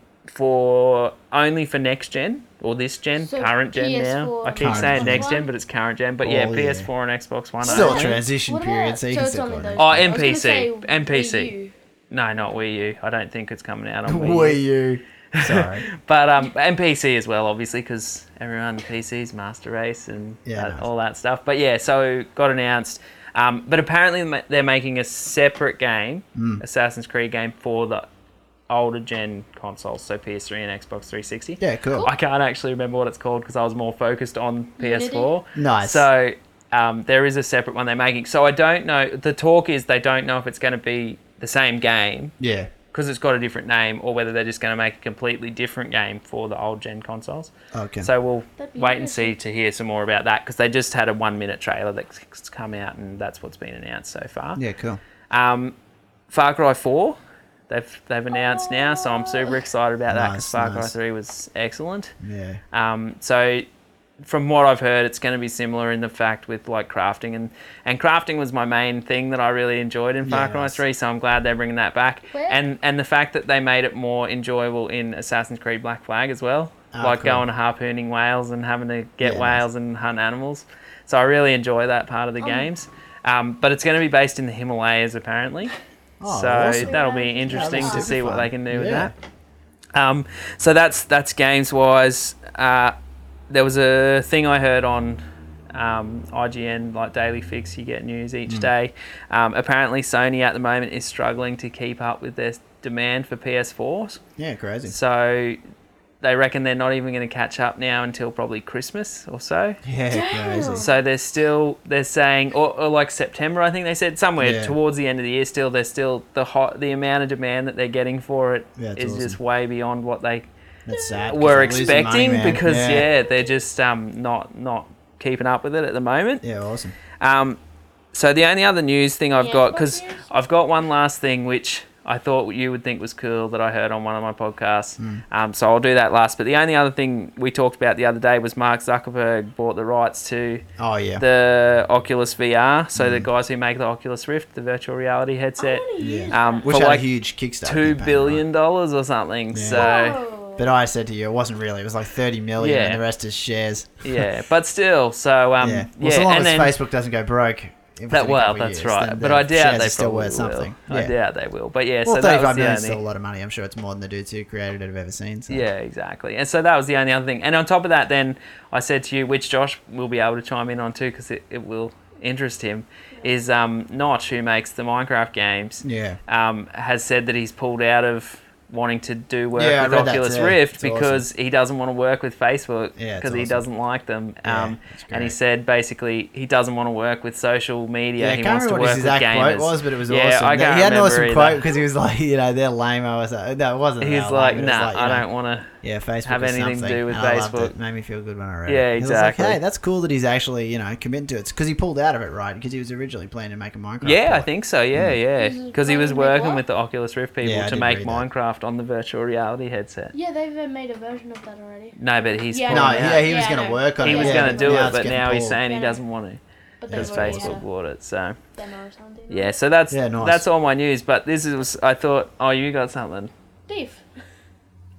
Speaker 2: for only for next gen or this gen,
Speaker 3: So
Speaker 2: current gen now.
Speaker 3: PS4.
Speaker 2: I keep
Speaker 1: Current
Speaker 2: saying
Speaker 1: gen.
Speaker 2: next gen, but it's current gen. But yeah,
Speaker 1: Oh, yeah.
Speaker 2: PS4 and Xbox One.
Speaker 1: Still a
Speaker 2: only.
Speaker 1: transition
Speaker 3: What
Speaker 1: period,
Speaker 3: about-
Speaker 1: so you
Speaker 3: so
Speaker 1: can
Speaker 3: it's
Speaker 1: still
Speaker 3: only
Speaker 1: play
Speaker 3: those-
Speaker 1: it.
Speaker 2: Oh,
Speaker 3: I was gonna
Speaker 2: NPC.
Speaker 3: say
Speaker 2: NPC.
Speaker 3: Wii U.
Speaker 2: No, not Wii U. I don't think it's coming out on Wii. U.
Speaker 1: Wii U. Sorry.
Speaker 2: But um, and PC as well, obviously, because everyone PCs Master Race and
Speaker 1: Yeah,
Speaker 2: that-
Speaker 1: nice.
Speaker 2: all that stuff. But yeah, so got announced. Um, but apparently ma- they're making a separate game,
Speaker 1: Hmm.
Speaker 2: Assassin's Creed game for the older gen consoles, so PS3 and Xbox 360.
Speaker 1: Yeah, cool.
Speaker 2: I can't actually remember what it's called because I was more focused on PS4.
Speaker 1: Nice.
Speaker 2: So um, there is a separate one they're making. So I don't know. The talk is they don't know if it's going to be the same game
Speaker 1: Yeah.
Speaker 2: because it's got a different name, or whether they're just going to make a completely different game for the old gen consoles.
Speaker 1: Okay.
Speaker 2: So we'll
Speaker 3: That'd be
Speaker 2: wait and see to hear some more about that because they just had a one minute trailer that's come out, and that's what's been announced so far.
Speaker 1: Yeah, cool.
Speaker 2: Um, Far Cry Four, they've they've announced now, so
Speaker 3: Oh.
Speaker 2: I'm super excited about that
Speaker 1: Nice,
Speaker 2: because Far Cry
Speaker 1: nice.
Speaker 2: Three was excellent.
Speaker 1: Yeah.
Speaker 2: Um, so from what I've heard, it's going to be similar in the fact with like crafting and and crafting was my main thing that I really enjoyed in Far
Speaker 1: Yeah,
Speaker 2: Cry
Speaker 1: nice.
Speaker 2: Three. So I'm glad they're bringing that back.
Speaker 3: Where-
Speaker 2: And and the fact that they made it more enjoyable in Assassin's Creed Black Flag as well,
Speaker 1: Ah,
Speaker 2: like
Speaker 1: cool.
Speaker 2: going harpooning whales and having to get
Speaker 1: Yeah, nice.
Speaker 2: whales and hunt animals. So I really enjoy that part of the games. Um, but it's going to be based in the Himalayas apparently.
Speaker 1: Oh,
Speaker 2: so
Speaker 1: awesome.
Speaker 2: that'll be
Speaker 3: Yeah, that's
Speaker 2: interesting to
Speaker 3: super
Speaker 2: see what
Speaker 1: fun.
Speaker 2: they can do with
Speaker 1: Yeah.
Speaker 2: that. Um, so that's that's games wise. Uh, there was a thing I heard on um, IGN, like Daily Fix. You get news each day. Um, apparently, Sony at the moment is struggling to keep up with their demand for PS4s.
Speaker 1: Yeah, crazy.
Speaker 2: So they reckon they're not even going to catch up now until probably Christmas or so.
Speaker 1: Yeah,
Speaker 3: Damn.
Speaker 1: crazy.
Speaker 2: So they're still they're saying or, or like September I think they said somewhere
Speaker 1: Yeah.
Speaker 2: towards the end of the year still they're still the hot the amount of demand that they're getting for it is
Speaker 1: Yeah, it's
Speaker 2: just
Speaker 1: awesome.
Speaker 2: way beyond what they
Speaker 1: That's sad. 'cause
Speaker 2: were
Speaker 1: they're losing money,
Speaker 2: expecting
Speaker 1: man.
Speaker 2: because yeah. they're just um not not keeping up with it at the moment.
Speaker 1: Yeah, awesome.
Speaker 2: Um, so the only other news thing I've
Speaker 3: Yeah,
Speaker 2: got
Speaker 3: what
Speaker 2: because
Speaker 3: news?
Speaker 2: I've got one last thing which I thought you would think was cool that I heard on one of my podcasts.
Speaker 1: Hmm.
Speaker 2: Um, so I'll do that last. But the only other thing we talked about the other day was Mark Zuckerberg bought the rights to
Speaker 1: Oh, yeah.
Speaker 2: the Oculus VR. So
Speaker 1: Mm.
Speaker 2: the guys who make the Oculus Rift, the virtual reality headset,
Speaker 3: wanna use
Speaker 2: um,
Speaker 1: Which
Speaker 2: for
Speaker 1: had
Speaker 2: like
Speaker 1: a huge Kickstarter.
Speaker 2: two
Speaker 1: campaign,
Speaker 2: billion dollars or something.
Speaker 1: Yeah.
Speaker 2: So.
Speaker 3: Whoa.
Speaker 1: But I said to you, it wasn't really. It was like 30 million
Speaker 2: Yeah.
Speaker 1: and the rest is shares.
Speaker 2: yeah, but still, so um,
Speaker 1: yeah.
Speaker 2: yeah,
Speaker 1: Well, so long
Speaker 2: and
Speaker 1: as
Speaker 2: then
Speaker 1: Facebook doesn't go broke. in
Speaker 2: that
Speaker 1: a
Speaker 2: well,
Speaker 1: couple of
Speaker 2: that's
Speaker 1: years,
Speaker 2: right.
Speaker 1: then
Speaker 2: But
Speaker 1: the
Speaker 2: I doubt
Speaker 1: shares
Speaker 2: they
Speaker 1: are still
Speaker 2: probably
Speaker 1: worth
Speaker 2: will.
Speaker 1: something.
Speaker 2: I
Speaker 1: Yeah.
Speaker 2: doubt they will, but yeah,
Speaker 1: Well,
Speaker 2: so that was
Speaker 1: 35
Speaker 2: the
Speaker 1: million is
Speaker 2: only.
Speaker 1: still a lot of money. I'm sure it's more than the dudes who created it have ever seen. So.
Speaker 2: Yeah, exactly. And so that was the only other thing. And on top of that, then I said to you, which Josh will be able to chime in on too, because it, it will interest him, is um, Notch, who makes the Minecraft games,
Speaker 1: Yeah.
Speaker 2: um, has said that he's pulled out of wanting to do work
Speaker 1: Yeah, I
Speaker 2: with
Speaker 1: read that
Speaker 2: Oculus
Speaker 1: today.
Speaker 2: Rift
Speaker 1: It's
Speaker 2: because he doesn't want to work with Facebook because
Speaker 1: Yeah, it's
Speaker 2: he
Speaker 1: awesome.
Speaker 2: doesn't like them.
Speaker 1: Yeah,
Speaker 2: Um,
Speaker 1: it's
Speaker 2: and he
Speaker 1: great.
Speaker 2: said basically he doesn't want to work with social media.
Speaker 1: Yeah, I
Speaker 2: he
Speaker 1: can't
Speaker 2: wants to
Speaker 1: remember
Speaker 2: work
Speaker 1: what his
Speaker 2: with
Speaker 1: exact
Speaker 2: gamers.
Speaker 1: quote was, but it was
Speaker 2: yeah,
Speaker 1: awesome.
Speaker 2: I
Speaker 1: That-
Speaker 2: can't
Speaker 1: he had an
Speaker 2: remember
Speaker 1: awesome
Speaker 2: either.
Speaker 1: quote because he was like, you know, they're lame. I was like, that wasn't. they
Speaker 2: He's
Speaker 1: were
Speaker 2: like,
Speaker 1: lame,
Speaker 2: no,
Speaker 1: but it was like, you
Speaker 2: I
Speaker 1: know,
Speaker 2: don't want to.
Speaker 1: Yeah, Facebook
Speaker 2: have
Speaker 1: is
Speaker 2: anything to
Speaker 1: something,
Speaker 2: do with
Speaker 1: and I loved
Speaker 2: Facebook.
Speaker 1: it. Made me feel good when I read
Speaker 2: Yeah,
Speaker 1: it. It was
Speaker 2: exactly.
Speaker 1: Like, hey, that's cool that he's actually you know committed to it because he pulled out of it, right? Because he was originally planning to make a Minecraft.
Speaker 2: Yeah, I
Speaker 1: port.
Speaker 2: think so. Yeah, yeah. 'Cause yeah,
Speaker 3: Mhm.
Speaker 2: because he was
Speaker 3: Playing with
Speaker 2: working
Speaker 3: what?
Speaker 2: with the Oculus Rift people
Speaker 1: Hmm. Yeah, I
Speaker 2: to
Speaker 1: did
Speaker 2: make
Speaker 1: read that.
Speaker 2: Minecraft on the virtual reality headset.
Speaker 3: Yeah, they've uh, made a version of that already.
Speaker 2: No, but he's
Speaker 3: Yeah,
Speaker 2: pulling
Speaker 1: No,
Speaker 2: out.
Speaker 1: he- yeah, he was
Speaker 3: Yeah,
Speaker 1: going
Speaker 3: no.
Speaker 1: to work on
Speaker 2: he
Speaker 1: it.
Speaker 2: was
Speaker 1: yeah,
Speaker 2: going to do it,
Speaker 1: it's
Speaker 2: but
Speaker 1: getting
Speaker 2: now he's
Speaker 1: pulled.
Speaker 2: saying he
Speaker 3: Yeah.
Speaker 2: doesn't want to
Speaker 3: But
Speaker 2: because
Speaker 3: they've already
Speaker 2: Facebook
Speaker 3: had a
Speaker 2: bought it. So
Speaker 3: demo or something.
Speaker 2: yeah, so that's
Speaker 1: Yeah, nice.
Speaker 2: that's all my news. But this is I thought. Oh, you got something.
Speaker 3: Thief.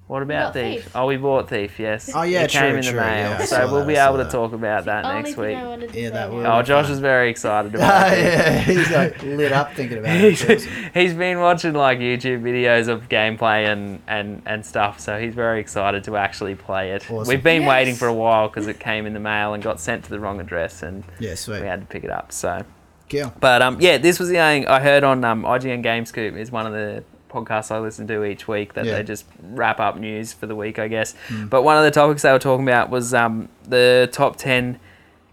Speaker 2: What about
Speaker 3: About
Speaker 2: Thief?
Speaker 3: Thief.
Speaker 2: Oh, we bought Thief. Yes.
Speaker 1: Oh, yeah,
Speaker 2: it came
Speaker 1: true,
Speaker 2: in the
Speaker 1: true,
Speaker 2: mail.
Speaker 1: yeah, I
Speaker 2: so
Speaker 1: saw
Speaker 2: we'll
Speaker 1: that,
Speaker 2: be
Speaker 1: I saw
Speaker 2: able to
Speaker 1: that.
Speaker 2: talk about that
Speaker 3: Only
Speaker 2: next
Speaker 3: thing
Speaker 2: week.
Speaker 3: I wanted to
Speaker 1: Yeah,
Speaker 3: say
Speaker 1: that
Speaker 3: now.
Speaker 1: would-
Speaker 2: Oh, Josh is very excited about
Speaker 1: Ah,
Speaker 2: it.
Speaker 1: yeah, he's like lit up thinking about it. It's
Speaker 2: he's,
Speaker 1: awesome.
Speaker 2: he's been watching like YouTube videos of gameplay and, and, and stuff, so he's very excited to actually play it.
Speaker 1: Awesome.
Speaker 2: We've been
Speaker 3: Yes.
Speaker 2: waiting for a while because it came in the mail and got sent to the wrong address, and
Speaker 1: Yeah,
Speaker 2: we
Speaker 1: sweet.
Speaker 2: had to pick it up. So,
Speaker 1: Cool.
Speaker 2: but um, yeah, this was the only I heard on um, IGN GameScoop is one of the podcasts I listen to each week that
Speaker 1: Yeah. Hmm.
Speaker 2: they just wrap up news for the week, I guess. But one of the topics they were talking about was um, the top ten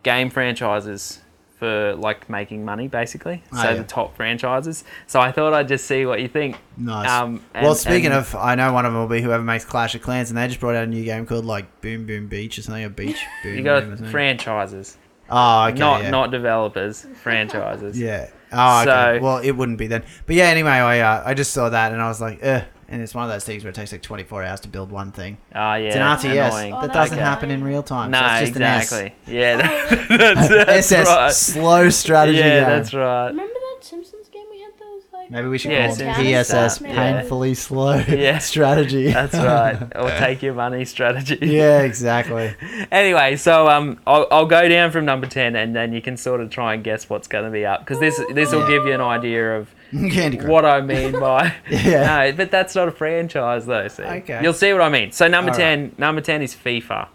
Speaker 2: game franchises for like making money, basically.
Speaker 1: Ah,
Speaker 2: so
Speaker 1: yeah.
Speaker 2: the top franchises. So I thought I'd just see what you think.
Speaker 1: Nice.
Speaker 2: Um,
Speaker 1: well,
Speaker 2: and-
Speaker 1: speaking
Speaker 2: and-
Speaker 1: of, I know one of them will be whoever makes Clash of Clans, and they just brought out a new game called like Boom Boom Beach or something, or Beach Boom.
Speaker 2: You
Speaker 1: Boom or
Speaker 2: got
Speaker 1: something.
Speaker 2: franchises,
Speaker 1: Oh, okay.
Speaker 2: not
Speaker 1: yeah.
Speaker 2: not developers, franchises.
Speaker 1: Yeah. Oh, okay.
Speaker 2: So-
Speaker 1: Well, it wouldn't be then. But yeah, anyway, I uh, I just saw that and I was like, eh. And it's one of those things where it takes like 24 hours to build one thing.
Speaker 2: Oh, yeah.
Speaker 1: It's an RTS.
Speaker 2: annoying.
Speaker 3: Oh,
Speaker 1: that
Speaker 3: that's
Speaker 1: doesn't
Speaker 3: okay.
Speaker 1: happen in real time.
Speaker 2: No,
Speaker 1: so it's just
Speaker 2: exactly.
Speaker 1: An
Speaker 2: Yeah, that- that's,
Speaker 1: S.
Speaker 2: that's
Speaker 1: SS
Speaker 2: right.
Speaker 1: slow strategy.
Speaker 2: yeah,
Speaker 1: game.
Speaker 2: that's right.
Speaker 3: Remember that Simpsons game we had that was like episode.
Speaker 1: Maybe we should
Speaker 2: Yeah,
Speaker 1: call
Speaker 2: since
Speaker 1: it
Speaker 2: it's
Speaker 1: PSS
Speaker 3: that,
Speaker 1: painfully slow
Speaker 2: Yeah.
Speaker 1: strategy.
Speaker 2: That's right. Or take your money strategy.
Speaker 1: yeah, exactly.
Speaker 2: Anyway, so um, I'll, I'll go down from number ten, and then you can sort of try and guess what's going to be up because this this will
Speaker 1: Yeah.
Speaker 2: give you an idea of
Speaker 1: Candy Crush.
Speaker 2: what I mean by
Speaker 1: Yeah.
Speaker 2: no, but that's not a franchise though. See,
Speaker 1: Okay.
Speaker 2: you'll see what I mean. So number
Speaker 1: All
Speaker 2: ten, number ten is FIFA.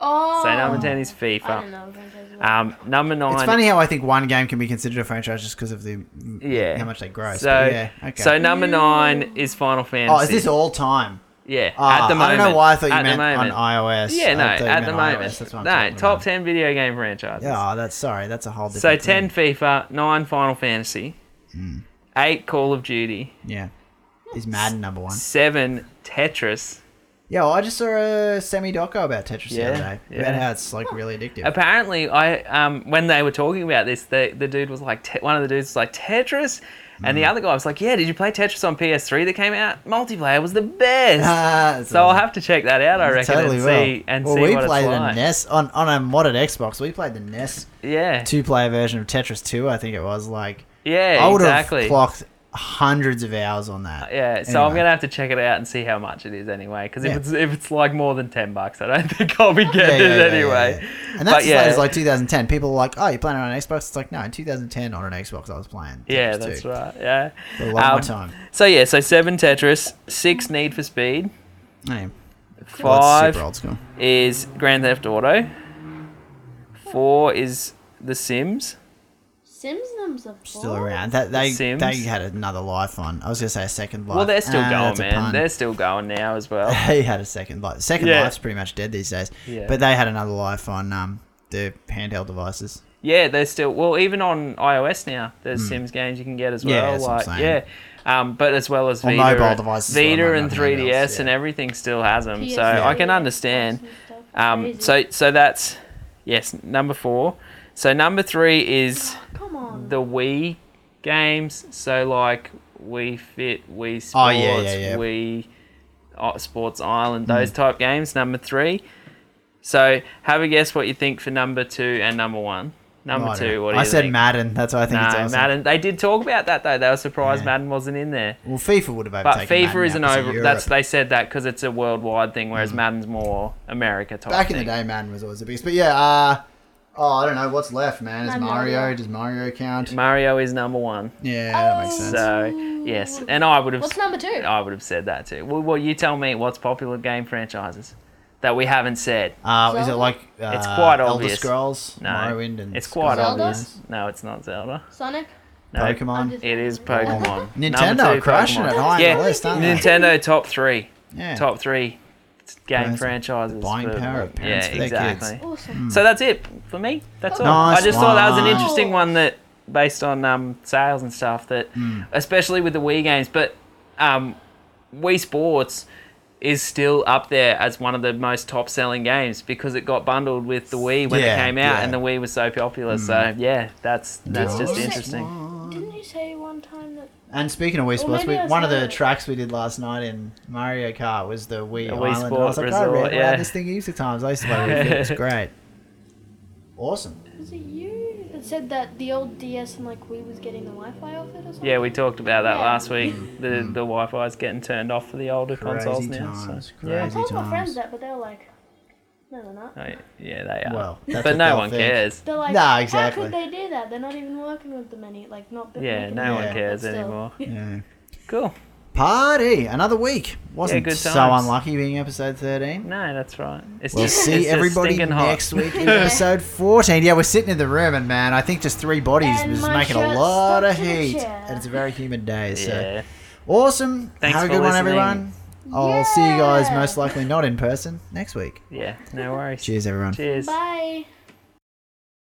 Speaker 3: Oh.
Speaker 2: So number ten is
Speaker 3: I don't
Speaker 2: FIFA.
Speaker 3: know. franchise is-
Speaker 2: Um, number nine.
Speaker 1: It's funny how I think one game can be considered a franchise just because of the
Speaker 2: Yeah.
Speaker 1: how much they gross.
Speaker 2: So
Speaker 1: but yeah, okay.
Speaker 2: so number nine is Final Fantasy.
Speaker 1: oh, is this all time?
Speaker 2: yeah,
Speaker 1: Ah,
Speaker 2: at the moment.
Speaker 1: I don't know why I thought you
Speaker 2: at the
Speaker 1: meant on
Speaker 2: moment.
Speaker 1: iOS.
Speaker 2: Yeah,
Speaker 1: I
Speaker 2: no,
Speaker 1: thought you
Speaker 2: at
Speaker 1: meant iOS,
Speaker 2: the moment.
Speaker 1: that's what I'm
Speaker 2: No,
Speaker 1: talking
Speaker 2: top
Speaker 1: about.
Speaker 2: 10 video game franchises.
Speaker 1: Yeah, oh, that's sorry. That's a whole different.
Speaker 2: so
Speaker 1: thing.
Speaker 2: 10 FIFA, 9 Final Fantasy,
Speaker 1: Hmm.
Speaker 2: 8 Call of Duty,
Speaker 1: Yeah, is Madden number one?
Speaker 2: 7 Tetris.
Speaker 1: Yeah, well, I just saw a semi doco about Tetris the
Speaker 2: Yeah,
Speaker 1: other day
Speaker 2: yeah.
Speaker 1: about how it's like really addictive.
Speaker 2: Apparently, I um, when they were talking about this, the, the dude was like, te- one of the dudes was like, Tetris? And
Speaker 1: Hmm.
Speaker 2: the other guy was like, yeah, did you play Tetris on PS3 that came out? Multiplayer was the best.
Speaker 1: Ah, it's
Speaker 2: so I'll
Speaker 1: awesome.
Speaker 2: have to check that out, I reckon,
Speaker 1: totally
Speaker 2: and
Speaker 1: will.
Speaker 2: see, and
Speaker 1: well,
Speaker 2: see
Speaker 1: we
Speaker 2: what
Speaker 1: played
Speaker 2: it's
Speaker 1: the
Speaker 2: like.
Speaker 1: NES on on a modded Xbox. We played the NES
Speaker 2: yeah.
Speaker 1: two player version of Tetris Two. I think it was like
Speaker 2: Yeah,
Speaker 1: I would
Speaker 2: exactly.
Speaker 1: have clocked hundreds of hours on that.
Speaker 2: Yeah, so I'm
Speaker 1: Anyway.
Speaker 2: gonna have to check it out and see how much it is anyway. Because
Speaker 1: Yeah.
Speaker 2: if it's if it's like more than ten bucks, I don't think I'll be getting
Speaker 1: yeah,
Speaker 2: it
Speaker 1: yeah,
Speaker 2: anyway.
Speaker 1: yeah, And that's
Speaker 2: But
Speaker 1: as
Speaker 2: yeah.
Speaker 1: late as like 2010. People are like, oh, you're playing it on an Xbox? It's like, no, in 2010 on an Xbox I was playing.
Speaker 2: Yeah,
Speaker 1: Tetris
Speaker 2: that's
Speaker 1: 2.
Speaker 2: right. Yeah.
Speaker 1: For a long
Speaker 2: Um,
Speaker 1: time.
Speaker 2: So yeah, so seven Tetris, six Need for Speed,
Speaker 1: Hey, well, that's
Speaker 2: five
Speaker 1: super old school.
Speaker 2: is Grand Theft Auto, four is The Sims.
Speaker 3: Sims Sims are
Speaker 1: Still around. That they
Speaker 2: Sims.
Speaker 1: they had another life on. I was gonna say a second life.
Speaker 2: Well, they're still
Speaker 1: Ah,
Speaker 2: going,
Speaker 1: that's a
Speaker 2: man.
Speaker 1: pun.
Speaker 2: They're still going now as well.
Speaker 1: they had a second life. Second
Speaker 2: Yeah.
Speaker 1: life's pretty much dead these days.
Speaker 2: Yeah.
Speaker 1: But they had another life on um the handheld devices.
Speaker 2: Yeah, they're still well. Even on iOS now, there's Sims games you can get as well.
Speaker 1: Hmm. Yeah, that's what I'm
Speaker 2: like
Speaker 1: saying.
Speaker 2: yeah, um, but as well as
Speaker 1: On
Speaker 2: Vita,
Speaker 1: mobile
Speaker 2: and-
Speaker 1: devices as well,
Speaker 2: Vita
Speaker 1: not-
Speaker 2: and
Speaker 1: not
Speaker 2: 3DS
Speaker 1: handhelds,
Speaker 2: and
Speaker 1: yeah.
Speaker 2: everything still has them.
Speaker 3: PS3
Speaker 2: Um, So I can understand.
Speaker 3: and stuff.
Speaker 2: Um,
Speaker 3: Crazy.
Speaker 2: so so that's yes, number four. So number three is
Speaker 3: Ah, Come on.
Speaker 2: the Wii games. So like Wii Fit, Wii Sports,
Speaker 1: Oh, yeah, yeah, yeah. Hmm.
Speaker 2: Wii uh, Sports Island, those type games. Number three. So have a guess what you think for number two and number one. Number
Speaker 1: Oh, I don't
Speaker 2: two,
Speaker 1: know.
Speaker 2: what do
Speaker 1: I
Speaker 2: you
Speaker 1: said
Speaker 2: think?
Speaker 1: Madden. That's why I think
Speaker 2: no,
Speaker 1: it's awesome.
Speaker 2: Madden. They did talk about that though. They were surprised
Speaker 1: Yeah.
Speaker 2: Madden wasn't in there.
Speaker 1: Well, FIFA would have
Speaker 2: But
Speaker 1: overtaken.
Speaker 2: FIFA
Speaker 1: Madden
Speaker 2: isn't
Speaker 1: now 'cause of
Speaker 2: over.
Speaker 1: Europe. Hmm.
Speaker 2: That's they said that because it's a worldwide thing, whereas Madden's more America type.
Speaker 1: back in the
Speaker 2: thing.
Speaker 1: day. Madden was always the biggest. But yeah, uh, oh, I don't know what's left, man. Is
Speaker 3: Madden,
Speaker 1: Mario?
Speaker 3: Mario.
Speaker 1: Does Mario count?
Speaker 2: Mario is number one.
Speaker 1: Yeah, that
Speaker 3: Oh.
Speaker 1: makes sense.
Speaker 2: So yes, and I would have.
Speaker 3: What's number two?
Speaker 2: I would have said that too. Well, well, you tell me what's popular game franchises that we haven't said.
Speaker 1: Uh, is it
Speaker 3: Zelda?
Speaker 1: like uh,
Speaker 2: It's quite
Speaker 1: Elder
Speaker 2: obvious.
Speaker 1: Scrolls,
Speaker 2: No,
Speaker 1: Morrowind, and
Speaker 2: it's quite
Speaker 1: Skyrim?
Speaker 3: Zelda?
Speaker 2: obvious. No, it's not Zelda.
Speaker 3: Sonic.
Speaker 2: No,
Speaker 1: Pokemon.
Speaker 3: I'm just-
Speaker 2: It is Pokemon.
Speaker 1: Nintendo
Speaker 2: Number
Speaker 1: are crushing
Speaker 2: Pokemon.
Speaker 1: it high
Speaker 2: yeah,
Speaker 1: on the list, aren't they?
Speaker 2: Nintendo top three.
Speaker 1: Yeah.
Speaker 2: Top three game
Speaker 1: Amazing.
Speaker 2: franchises.
Speaker 1: Buying
Speaker 2: for-
Speaker 1: power of parents
Speaker 2: yeah,
Speaker 1: for their
Speaker 2: exactly.
Speaker 1: Hmm.
Speaker 3: Awesome.
Speaker 2: So that's it for me. That's all.
Speaker 1: Nice
Speaker 2: I just thought that was an
Speaker 1: one.
Speaker 2: interesting one that, based on um, sales and stuff, that
Speaker 1: Hmm.
Speaker 2: especially with the Wii games, but um, Wii Sports is still up there as one of the most top selling games because it got bundled with the Wii when
Speaker 1: Yeah,
Speaker 2: it came out,
Speaker 1: yeah. Hmm.
Speaker 2: and the Wii was so popular. So yeah, that's that's
Speaker 1: Nice
Speaker 2: just
Speaker 3: one.
Speaker 2: interesting.
Speaker 3: Didn't you say one time that?
Speaker 1: And speaking of Wii Sports,
Speaker 3: maybe
Speaker 1: we,
Speaker 3: that's
Speaker 1: one of
Speaker 3: not
Speaker 1: the
Speaker 3: it.
Speaker 1: tracks we did last night in Mario Kart was the Wii
Speaker 2: The Wii
Speaker 1: Island.
Speaker 2: Sport
Speaker 1: I was like, I
Speaker 2: Resort,
Speaker 1: read
Speaker 2: yeah.
Speaker 1: this thing heaps of times. I used to play Wii Fit. It's great. Awesome.
Speaker 3: Was it you that said that the old DS and like we was getting the Wi-Fi off it or something?
Speaker 2: Yeah, we talked about that
Speaker 3: Yeah.
Speaker 2: last week. The the Wi-Fi is getting turned off for the older consoles
Speaker 1: Hmm. Crazy
Speaker 2: now. so-
Speaker 1: times,
Speaker 3: I
Speaker 1: crazy.
Speaker 3: told my
Speaker 1: times.
Speaker 3: friends that, but they were like, no, they're not.
Speaker 2: Yeah, I- Oh, yeah, they are.
Speaker 1: Well, that's
Speaker 2: but
Speaker 1: what
Speaker 2: no
Speaker 1: they'll
Speaker 2: one
Speaker 1: think.
Speaker 2: cares.
Speaker 3: They're like,
Speaker 1: Nah,
Speaker 3: how
Speaker 1: exactly.
Speaker 3: could they do that? They're not even working with them any, like not.
Speaker 2: Yeah,
Speaker 3: making
Speaker 2: no
Speaker 3: them
Speaker 2: one
Speaker 1: Yeah.
Speaker 2: cares
Speaker 3: still.
Speaker 2: anymore.
Speaker 1: Yeah.
Speaker 2: Cool.
Speaker 1: Party! Another week. Wasn't
Speaker 2: good
Speaker 1: so
Speaker 2: times.
Speaker 1: unlucky being episode 13.
Speaker 2: No, that's right. It's
Speaker 1: We'll
Speaker 2: just, it's
Speaker 1: see
Speaker 2: just
Speaker 1: everybody
Speaker 2: stinking hot.
Speaker 1: next week in
Speaker 3: Yeah.
Speaker 1: episode 14. Yeah, we're sitting in the room, and man, I think just three bodies
Speaker 3: And
Speaker 1: was
Speaker 3: my
Speaker 1: making a
Speaker 3: shirt
Speaker 1: lot of
Speaker 3: stuck to the
Speaker 1: heat.
Speaker 3: chair.
Speaker 1: And it's a very humid day, so.
Speaker 2: Yeah.
Speaker 1: Awesome.
Speaker 2: Thanks
Speaker 1: Have a
Speaker 2: for
Speaker 1: good one,
Speaker 2: listening.
Speaker 1: everyone. I'll see you guys
Speaker 3: Yeah.
Speaker 1: most likely not in person next week.
Speaker 2: Yeah. No worries.
Speaker 1: Cheers, everyone.
Speaker 2: Cheers.
Speaker 3: Bye.